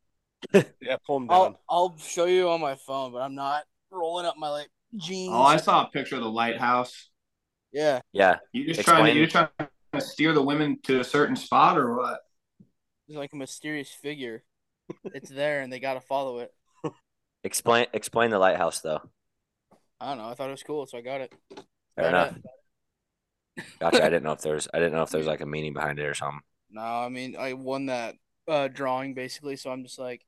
Yeah, pull him down.
I'll, I'll show you on my phone, but I'm not rolling up my like jeans.
Oh, I saw a picture of the lighthouse.
yeah,
Yeah,
You just
Explain.
trying to you just trying to steer the women to a certain spot or what?
there's like a mysterious figure. it's there, and they gotta follow it.
explain explain the lighthouse though.
I don't know. I thought it was cool, so I got it.
Fair
Got
enough.
it.
Gotcha. I didn't know if there's I didn't know if there's like a meaning behind it or something.
No, I mean I won that uh, drawing basically, so I'm just like,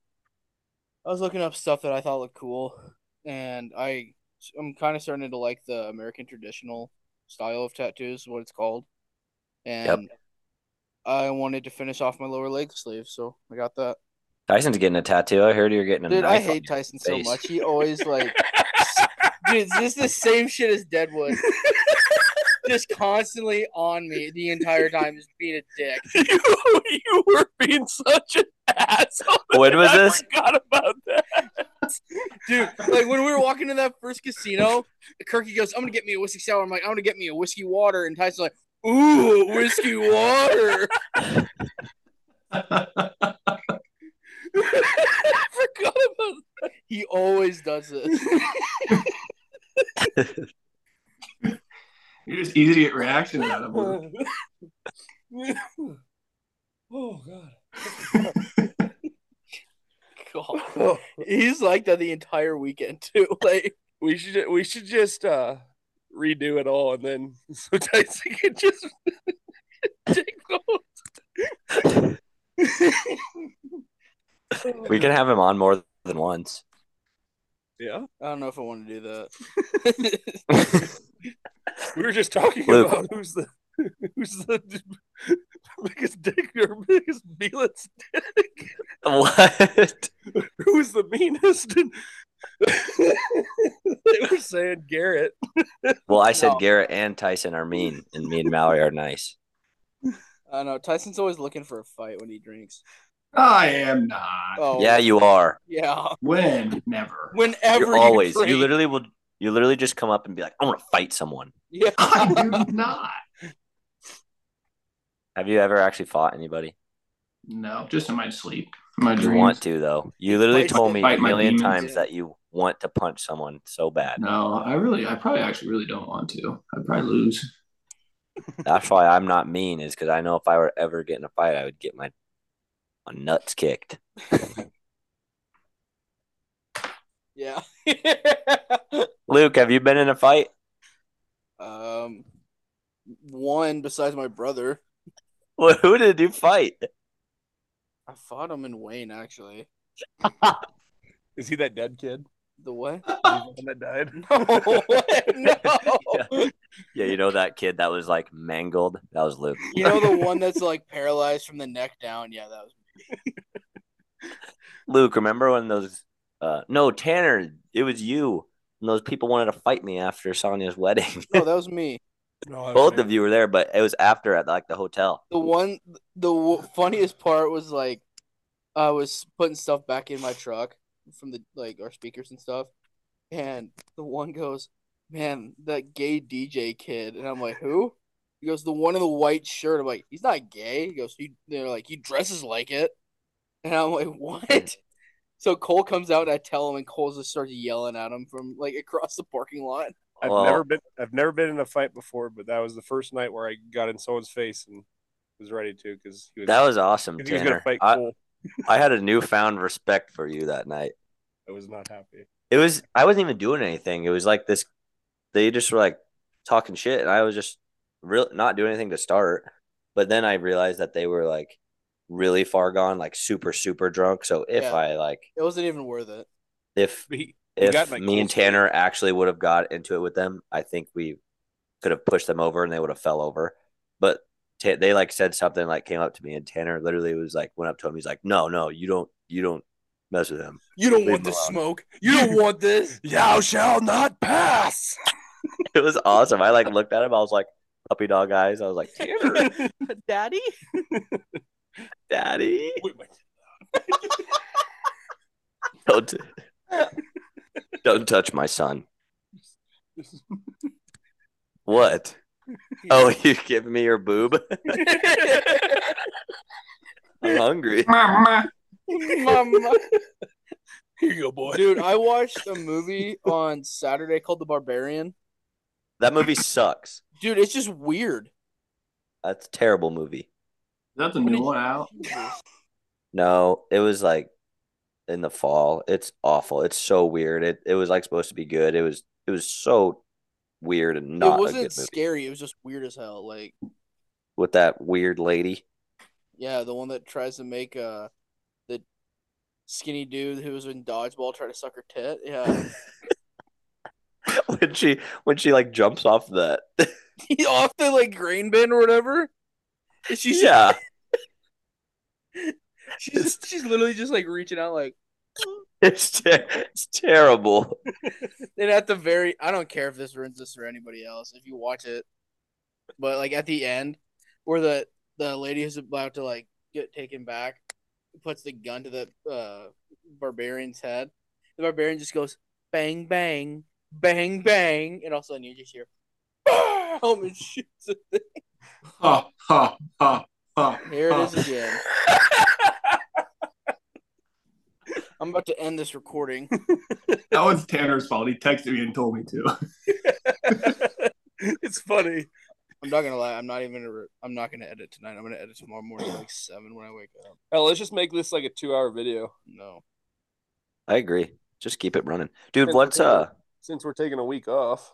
I was looking up stuff that I thought looked cool, and I I'm kind of starting to like the American traditional style of tattoos, is what it's called, and I wanted to finish off my lower leg sleeve, so I got that.
Tyson's getting a tattoo. I heard you're getting a
Dude, I
knife on
hate
your
Tyson so
face.
much. He always like, dude, it's just the same shit as Deadwood. just constantly on me the entire time, just being a dick.
you, you were being such an asshole.
When was
I
this?
forgot about that.
Dude, like when we were walking to that first casino, Kirky goes, I'm gonna get me a whiskey sour. I'm like, I'm gonna get me a whiskey water. And Tyson's like, Ooh, whiskey water.
I forgot about
He He always does this.
You're just easy to get reactions out of. Luke.
oh god. God. He's like that the entire weekend too. Like
We should we should just uh redo it all and then so Tyson can just take the
We can have him on more than once.
Yeah.
I don't know if I want to do that.
We were just talking
Luke.
about who's the who's the biggest dick or biggest Beelitz dick.
What?
Who's the meanest? they were saying Garrett.
Well, I said
No.
Garrett and Tyson are mean, and me and Mallory are nice.
I know Tyson's always looking for a fight when he drinks.
I am not.
Oh
Yeah, you are.
yeah.
When? Never.
Whenever
You're always.
drink.
You literally will. You literally just come up and be like, "I want to fight someone."
yeah.
I do not.
Have you ever actually fought anybody?
No, just in my sleep. My
You
dreams.
want to though. You literally
Fight-
told me a
fight my
million
demons.
times that you want to punch someone so bad.
No, I really, I probably actually really don't want to. I'd probably lose.
That's why I'm not mean, is because I know if I were ever getting a fight, I would get my, my nuts kicked.
Yeah.
Luke, have you been in a fight?
um one besides my brother.
Well, who did you fight?
I fought him in Wayne actually.
Is he that dead kid?
The what?
that died.
No, no.
Yeah, you know that kid that was like mangled. That was Luke.
You know the one that's like paralyzed from the neck down. Yeah, that was.
Luke, remember when those? Uh, no, Tanner, it was you. And those people wanted to fight me after Sonia's wedding.
Oh,
No, that was me.
Both of you were there, but it was after at like the hotel.
The one, the w- funniest part was like, I was putting stuff back in my truck from the like our speakers and stuff, and the one goes, "Man, that gay DJ kid," and I'm like, "Who?" He goes, "The one in the white shirt." I'm like, "He's not gay." He goes, "He," they're like, "He dresses like it," and I'm like, "What?" So Cole comes out and I tell him, and Cole just starts yelling at him from like across the parking lot.
I've
Well-
never been I've never been in a fight before, but that was the first night where I got in someone's face and was ready to because he was
That was awesome,
'cause he was gonna
Tanner.
fight
I,
Cole.
I had a newfound respect for you that night.
I was not happy.
It was I wasn't even doing anything. It was like this they just were like talking shit and I was just real not doing anything to start. But then I realized that they were like really far gone, like super, super drunk. So if
Yeah.
I like
It wasn't even worth it.
if
He, he got
if
in that
me and
Cole's face.
Tanner actually would have got into it with them, I think we could have pushed them over and they would have fell over. But ta they like said something like came up to me and Tanner literally was like went up to him. He's like, "No, no, you don't, you don't mess with him."
You don't
Leave
want
him
this
alone.
smoke. You don't want this.
Thou shall not pass.
It was awesome. I like looked at him. I was like puppy dog eyes. I was like, "Tanner,
Daddy?
daddy, don't don't touch my son." What? Oh, you give me your boob? I'm hungry.
Mama.
Mama.
Here you go, boy.
Dude, I watched a movie on Saturday called The Barbarian.
That movie sucks.
Dude, it's just weird.
That's a terrible movie.
That's a new one out.
No, it was like in the fall. It's awful. It's so weird. It it was like supposed to be good. It was it was so weird and not
it
a
wasn't
good movie
scary. It was just weird as hell. Like,
with that weird lady.
yeah, the one that tries to make uh the skinny dude who was in dodgeball try to suck her tit. Yeah.
when she when she like jumps off the
He off the like grain bin or whatever. And she's
yeah
she's just, she's literally just like reaching out like
it's ter- it's terrible.
And at the very, I don't care if this ruins this or anybody else. If you watch it, but like at the end, where the the lady who's about to like get taken back puts the gun to the uh, barbarian's head, the barbarian just goes bang bang bang bang, and all of a sudden you just hear boom and shoots. it.
Ha ha ha ha.
Here it is again. I'm about to end this recording.
That one's Tanner's fault. He texted me and told me to.
it's funny.
I'm not gonna lie. I'm not even. Gonna re- I'm not gonna edit tonight. I'm gonna edit tomorrow morning, like seven when I wake up.
Hell, let's just make this like a two-hour video
No,
I agree. Just keep it running, dude.
Yeah,
What's
yeah.
uh?
since we're taking a week off.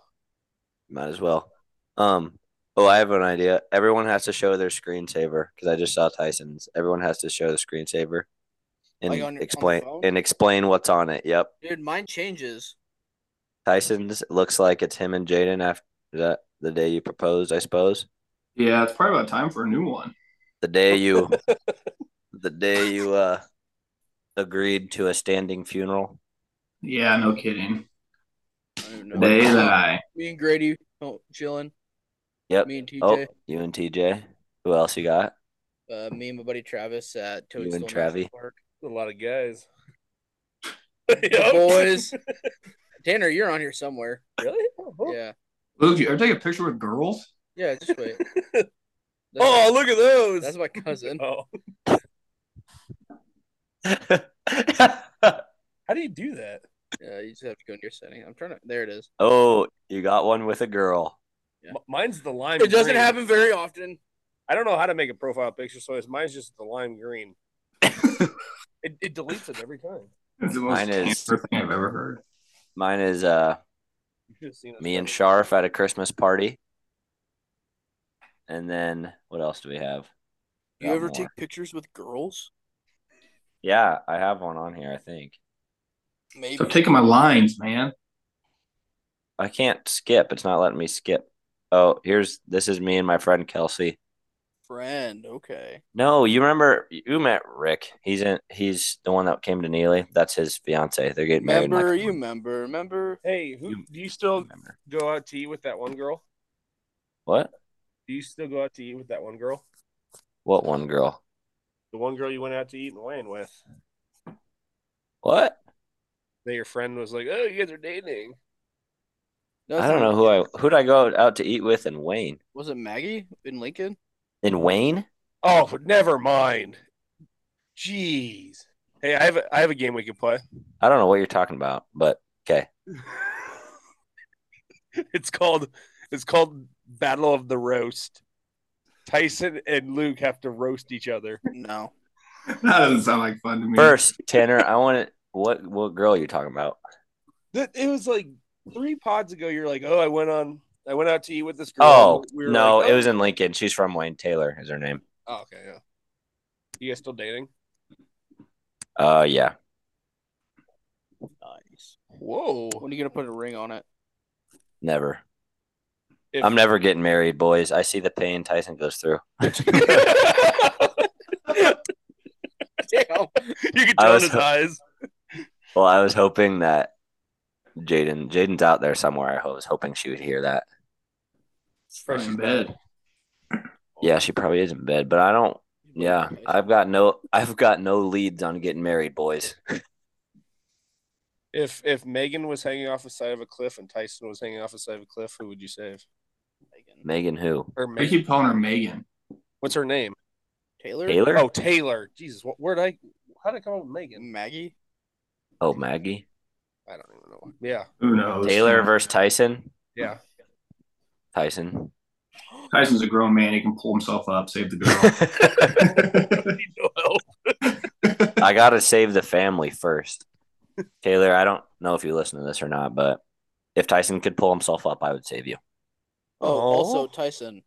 Might as well. Um. Oh, I have an idea. Everyone has to show their screensaver because I just saw Tyson's. Everyone has to show the screensaver and
Like on your- on the
explain
phone?
and explain what's on it. Yep.
dude, mine changes.
Tyson's looks like it's him and Jaden after that the day you proposed, I suppose.
Yeah, it's probably about time for a new one.
The day you the day you uh agreed to a standing funeral.
Yeah, no kidding.
I don't
The
know.
day that I
Me and Grady, oh, chilling.
Yep.
Me and TJ.
Oh, you and TJ. Who else you got?
Uh, me and my buddy Travis at Toadstool
You and
National
Travy.
Park.
A lot of guys.
Boys. Tanner, you're on here somewhere.
Really? Oh,
Yeah.
Luke, you ever take a picture with girls?
Yeah, just wait. That's
Oh, look at
my,
those.
that's my cousin.
oh. How do you do that?
Yeah, you just have to go into your setting. I'm trying to. There it is.
oh, you got one with a girl.
Yeah.
M- mine's the lime.
It doesn't
green.
happen very often.
I don't know how to make a profile picture, so it's mine's just the lime green. it, it deletes it every time.
It's the most
Mine is-
Tanner thing I've ever heard.
Mine is uh
You should have seen it.
me and Sharf at a Christmas party. And then what else do we have?
You
Got
ever
more.
take pictures with girls?
Yeah, I have one on here, I think.
Maybe.
Stop taking my lines, man.
I can't skip. It's not letting me skip. Oh, here's this is me and my friend Kelsey.
friend. Okay.
No, you remember you met Rick. He's in he's the one that came to Neely. That's his fiance. They're getting married. in, like,
Remember,
a
you
month.
remember, remember.
Hey, who
You-
do you still
Remember.
go out to eat with that one girl?
What?
Do you still go out to eat with that one girl?
What one girl?
The one girl you went out to eat in Wayne with.
What?
That your friend was like, "Oh, you guys are dating."
No, it's
I don't
not-
know who I who'd I go out to eat with in Wayne.
Was it Maggie in Lincoln?
In Wayne?
Oh, but never mind. Jeez. Hey, I have a, I have a game we can play.
I don't know what you're talking about, but okay.
it's called it's called Battle of the Roast. Tyson and Luke have to roast each other.
No.
That doesn't sound like fun to me.
First, Tanner, I want to what what girl are you talking about?
That- It was like three pods ago. You're like, "Oh, I went on, I went out to eat with this girl."
Oh,
We were
no,
like,
it
"Oh."
was in Lincoln. She's from Wayne. Taylor is her name.
Oh, okay, yeah. You guys still dating?
Uh yeah.
Nice.
Whoa!
When are you gonna put a ring on it?
Never.
If-
I'm never getting married, boys. I see the pain Tyson goes through.
Damn. You can
I
tell in
was
his
ho-
eyes.
Well, I was hoping that Jaden Jaden's out there somewhere. I was hoping she would hear that.
Fresh in bed.
Yeah, she probably is in bed, but I don't yeah, I've got no I've got no leads on getting married, boys.
If if Megan was hanging off the side of a cliff and Tyson was hanging off the side of a cliff, who would you save?
Megan.
Megan who?
Or
We
Megan?
keep calling her Megan.
What's her name?
Taylor.
Taylor?
Oh, Taylor. Jesus, what where'd I? How would I come up with Megan?
Maggie.
Oh, Maggie.
I don't even know. Yeah,
Who knows?
Taylor versus Tyson.
yeah.
Tyson.
Tyson's a grown man. He can pull himself up, save the girl.
I gotta save the family first. Taylor, I don't know if you listen to this or not, but if Tyson could pull himself up, I would save you.
Oh, also Tyson.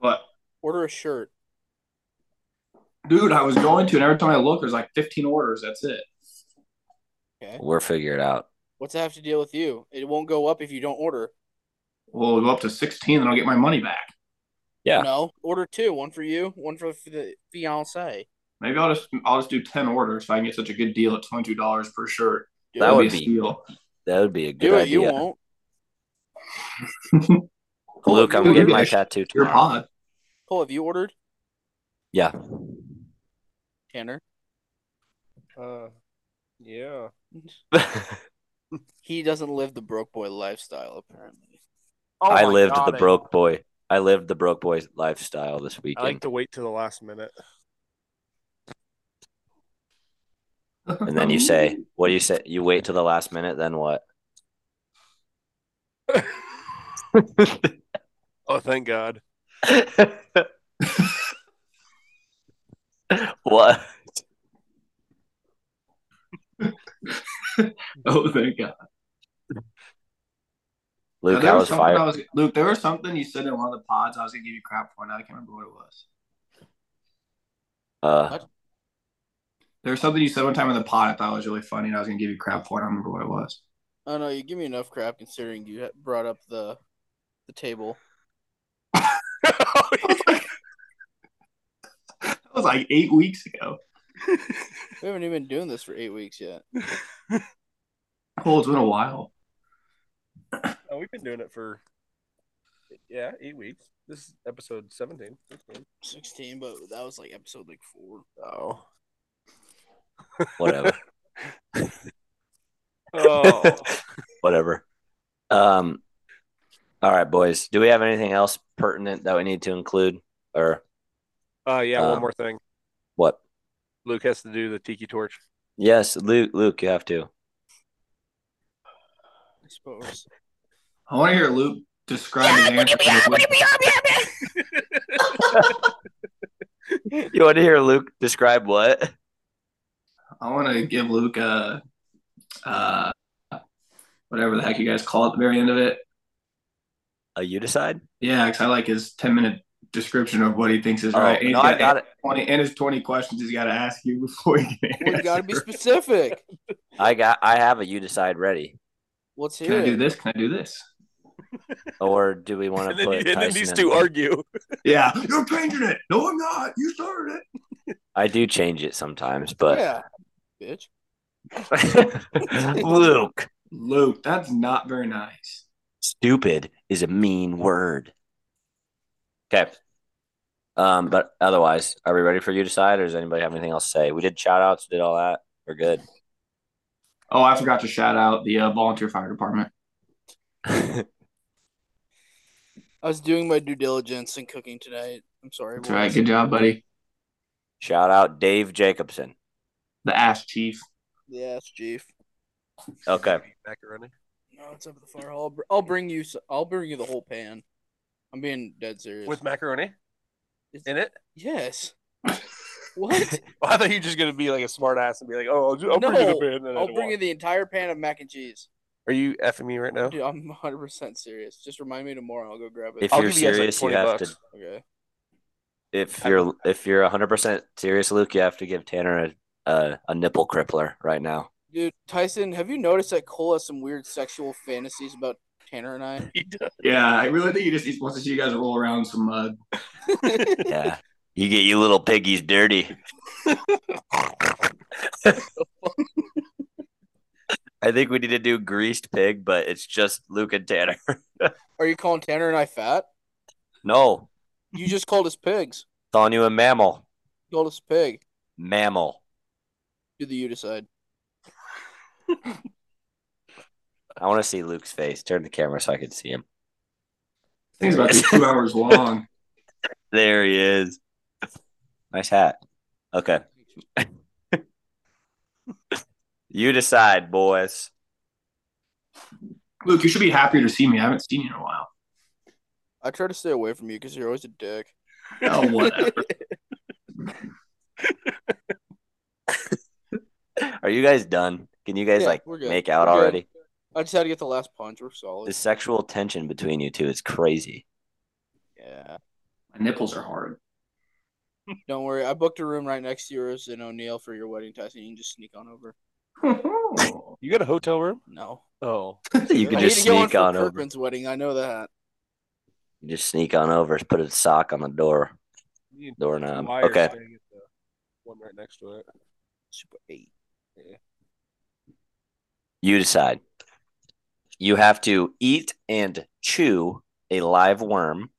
but
Order a shirt.
dude, I was going to, and every time I look, there's like 15 orders. That's it.
We're figured out.
What's that have to deal with you? It won't go up if you don't order.
Well, we'll go up to 16, then I'll get my money back.
Yeah.
No. Order two. One for you. One for the fiance.
Maybe I'll just I'll just do 10 orders so I can get such a good deal at $22 per shirt.
Do
That
it.
That'd
would
a
be-
steal.
That would be a good
Do it.
idea.
You won't.
Luke, I'm
Dude,
getting
you
my
guys-
tattoo
Your
tomorrow.
pod.
Cole, have you ordered?
Yeah.
Tanner.
Uh, yeah.
He doesn't live the broke boy lifestyle apparently.
Oh
Oh
I lived the broke boy. I lived the broke boy lifestyle this
I
weekend.
like to wait to the last minute.
And then you say, what do you say? You wait till the last minute, then what?
Oh, thank God.
What?
"Oh, thank God." Now,
Luke,
there
I
was
was
something
fired.
I was, Luke, there was something you said in one of the pods. I was gonna give you crap for, and I can't remember what it was.
Uh,
There was something you said one time in the pod. I thought was really funny, and I was gonna give you crap for, it. I don't remember what it was.
Oh no, you give me enough crap considering you ha- brought up the the table.
That was like eight weeks ago.
We haven't even been doing this for eight weeks yet.
Oh, it's been a while.
oh, we've been doing it for yeah, eight weeks. This is episode seventeen.
Sixteen, but that was like episode like four.
Oh.
whatever.
Oh.
whatever. Um, all right, boys. Do we have anything else pertinent that we need to include, or
uh, yeah,
Um,
one more thing.
what?
Luke has to do the tiki torch.
Yes, Luke. Luke, you have to.
I suppose.
I want to hear Luke describe his answer. to this week.
You want to hear Luke describe what?
I want to give Luke a, uh, whatever the heck you guys call it at the very end of it.
Uh, you decide.
Yeah, because I like his ten minute description of what he thinks is right.
Oh, no, I got it.
20, and his twenty questions he's got to ask you before he can.
Well, you gotta be
answer.
specific.
I got. I have a you decide ready.
Let's
Can
hear
I do
it.
this? Can I do this?
Or do we want
And
to
then,
put?
and then
Tyson
these
in?
two argue.
Yeah, you're changing it. No, I'm not. You started it.
I do change it sometimes, but
Yeah, bitch.
Luke,
Luke, that's not very nice.
stupid is a mean word. Okay. Um, but otherwise, are we ready for you to decide, or does anybody have anything else to say? We did shout outs, did all that. We're good.
Oh, I forgot to shout out the uh, volunteer fire department.
I was doing my due diligence in cooking tonight. I'm sorry.
That's right.
boys.
Good job, buddy.
shout out Dave Jacobson.
The ass chief.
Yes, chief.
Okay.
Macaroni.
No, it's up at the fire hall. I'll br- I'll bring you. s- I'll bring you the whole pan. I'm being dead serious.
With macaroni
It's-
in it?
yes. what?
Well, I thought you were just gonna be like a smart ass and be like, "Oh, I'll, ju- I'll bring you
No,
the pan." and I
I'll
don't
bring you
want
the entire pan of mac and cheese.
it." Are you effing me right now?
Dude, I'm 100 percent serious. Just remind me tomorrow. I'll go grab it.
If
I'll
you're
give you guys, like,
serious, you
20
have
bucks.
to.
okay.
If you're if you're 100 percent serious, Luke, you have to give Tanner a a, a nipple crippler right now.
Dude, Tyson, have you noticed that Cole has some weird sexual fantasies about Tanner and I?
He does.
Yeah, I really think he just he wants to see you guys roll around some uh, mud.
Yeah. you get you little piggies dirty. I think we need to do greased pig, but it's just Luke and Tanner.
Are you calling Tanner and I fat?
no,
You just called us pigs.
calling you a mammal.
You called us pig.
Mammal.
Do the you decide.
I want to see Luke's face. Turn the camera so I can see him.
Thing's about to be two hours long.
There he is. Nice hat. Okay. You decide, boys.
Luke, you should be happier to see me. I haven't seen you in a while.
I try to stay away from you because you're always a dick.
Oh, whatever.
Are you guys done? Can you guys
Yeah,
like
we're good.
make out
We're good.
already?
I just had to get the last punch. We're solid.
The sexual tension between you two is crazy.
Yeah.
My nipples are hard.
Don't worry. I booked a room right next to yours in O'Neill for your wedding, Tyson. You can just sneak on over.
You got a hotel room?
No.
Oh,
You
I
can
need
just
to get one
sneak
for
on over.
Kirkman's wedding. I know that.
You just sneak on over, put a sock on the door.
You need
Doorknob.
two wires
Okay.
so you get the One right next to it.
Super eight.
You decide. You have to eat and chew a live worm,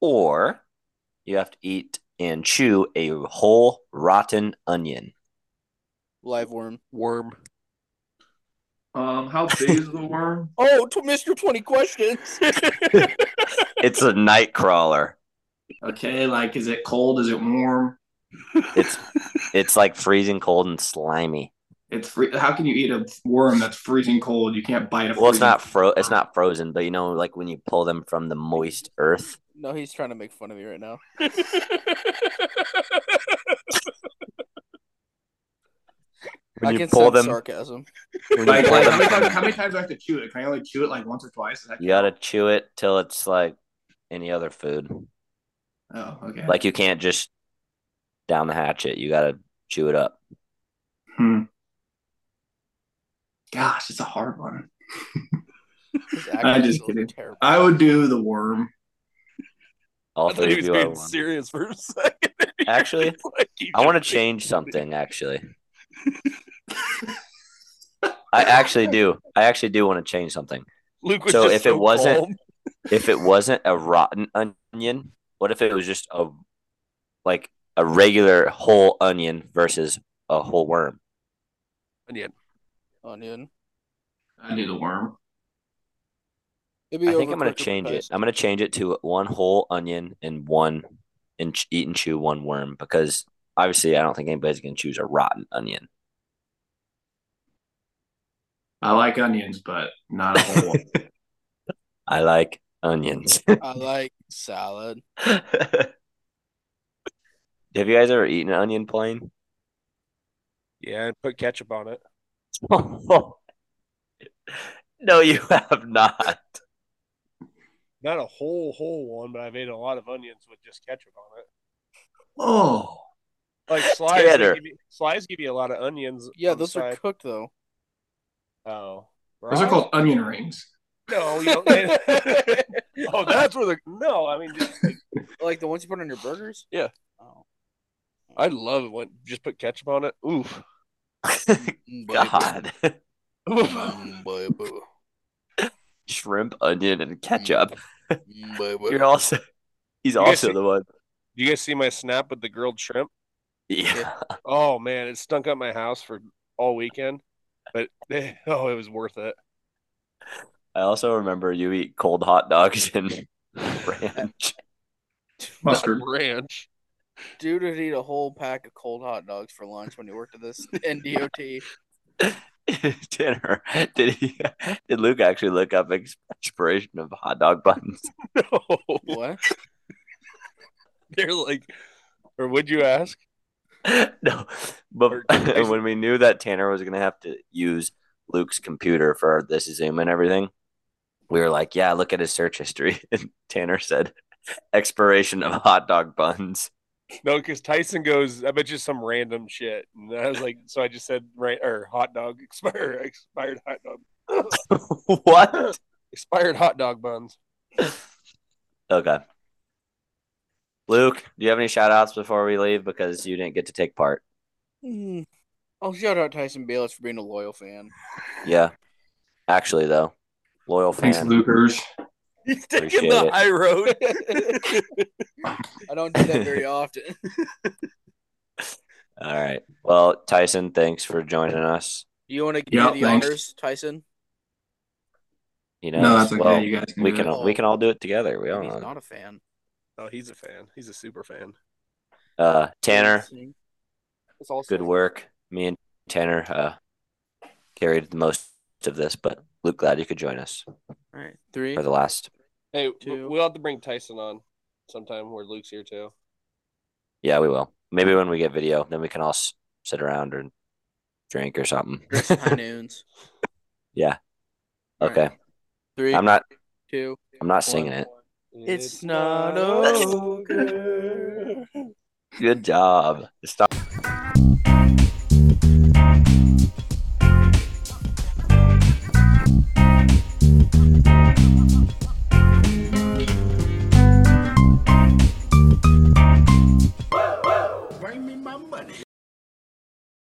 or you have to eat and chew a whole rotten onion.
Live worm.
Worm.
Um, how big is the worm?
Oh, to Mr. 20 questions.
It's a night crawler.
Okay, like is it cold? Is it warm?
It's- It's like freezing cold and slimy.
It's free- how can you eat a worm that's freezing cold? You can't bite a.
Well, it's
freezing-
not fro. It's not frozen, but you know, like when you pull them from the moist earth.
no, he's trying to make fun of me right now.
When
I
you
can
pull
sense
them,
sarcasm.
when you
Like,
pull
like, how,
them
many
from
times, how many times do I have to chew it? Can I only chew it like once or twice? Is that-
You gotta chew it till it's like any other food.
Oh, okay.
Like you can't just down the hatchet. You gotta chew it up.
Hmm. Gosh, it's a hard one. I'm just
His actions are
kidding.
terrible.
I would do the worm.
All
I thought
three of
he was
you are
being
one.
serious for a second.
Actually,
It's like you
I want to
just-
change something. Actually, I actually do. I actually do want to change something.
Luke was
so
just
if it wasn't-
calm.
If it wasn't a rotten onion, what if it was just a like a regular whole onion versus a whole worm?
onion,
Onion.
I do the worm.
It'd be
I think I'm gonna
overcooked with
change it.
paste.
I'm gonna change it to one whole onion and one and ch- eat and chew one worm because obviously I don't think anybody's gonna choose a rotten onion.
I like onions, but not a whole. one.
I like onions.
I like salad.
Have you guys ever eaten an onion plain?
yeah, and put ketchup on it.
no, you have not.
Not a whole whole one, but I made a lot of onions with just ketchup on it.
oh,
Like slides, they
Tanner.
give you, slides give you a lot of onions.
Yeah,
on the
those are
side.
cooked though.
oh,
those are
right?
called onion rings.
No, you don't. oh, that's where the no. I mean, just like,
Like the ones you put on your burgers.
Yeah.
Oh.
I love it when just put ketchup on it. Oof.
Mm, baby.
God,
You're
Mm, baby.
shrimp, onion, and ketchup.
Mm, baby.
You're also he's
guys
also
see-
the one.
You guys see my snap with the grilled shrimp?
Yeah,
Oh man, it stunk up my house for all weekend, but eh, oh, it was worth it.
I also remember you eat cold hot dogs and ranch.
Mustard.
Not ranch.
Dude would eat a whole pack of cold hot dogs for lunch when he worked at this NDOT.
Tanner, did he? Did Luke actually look up expiration of hot dog buns?
No,
What?
they're like, or would you ask?
no, but
Or-
when we knew that Tanner was gonna have to use Luke's computer for this Zoom and everything, we were like, "Yeah, look at his search history." And Tanner said, "Expiration of hot dog buns."
No, because Tyson goes, I bet you some random shit, and I was like, so I just said, right or hot dog expired, expired hot dog,
what?
expired hot dog buns.
Okay. Luke, do you have any shout outs before we leave? Because you didn't get to take part.
Mm. I'll shout out Tyson Bayless for being a loyal fan.
Yeah. Actually, though, loyal fan.
Thanks, Lucas.
He's
taking the Appreciate it.
high road.
I don't do that very often.
All right. Well, Tyson, thanks for joining us.
Do you want to
Yeah,
do the
thanks.
honors, Tyson?
You know,
No, that's okay.
well,
you guys can.
we
do
can
it.
all-
we can all do it together. We all
He's
know.
not a fan.
oh, he's a fan. He's a super fan.
Uh, Tanner,
It's all
good work. Me and Tanner uh, carried the most of this, but Luke, glad you could join us
All right, three.
for the last.
Hey, w-
Two.
we'll have to bring Tyson on sometime where Luke's here too.
Yeah, we will. Maybe when we get video, then we can all s- sit around and drink or something.
Chris High noons.
Yeah.
All
Okay.
right. Three.
I'm not.
Two.
I'm not singing it.
It's not over.
Good job. Stop.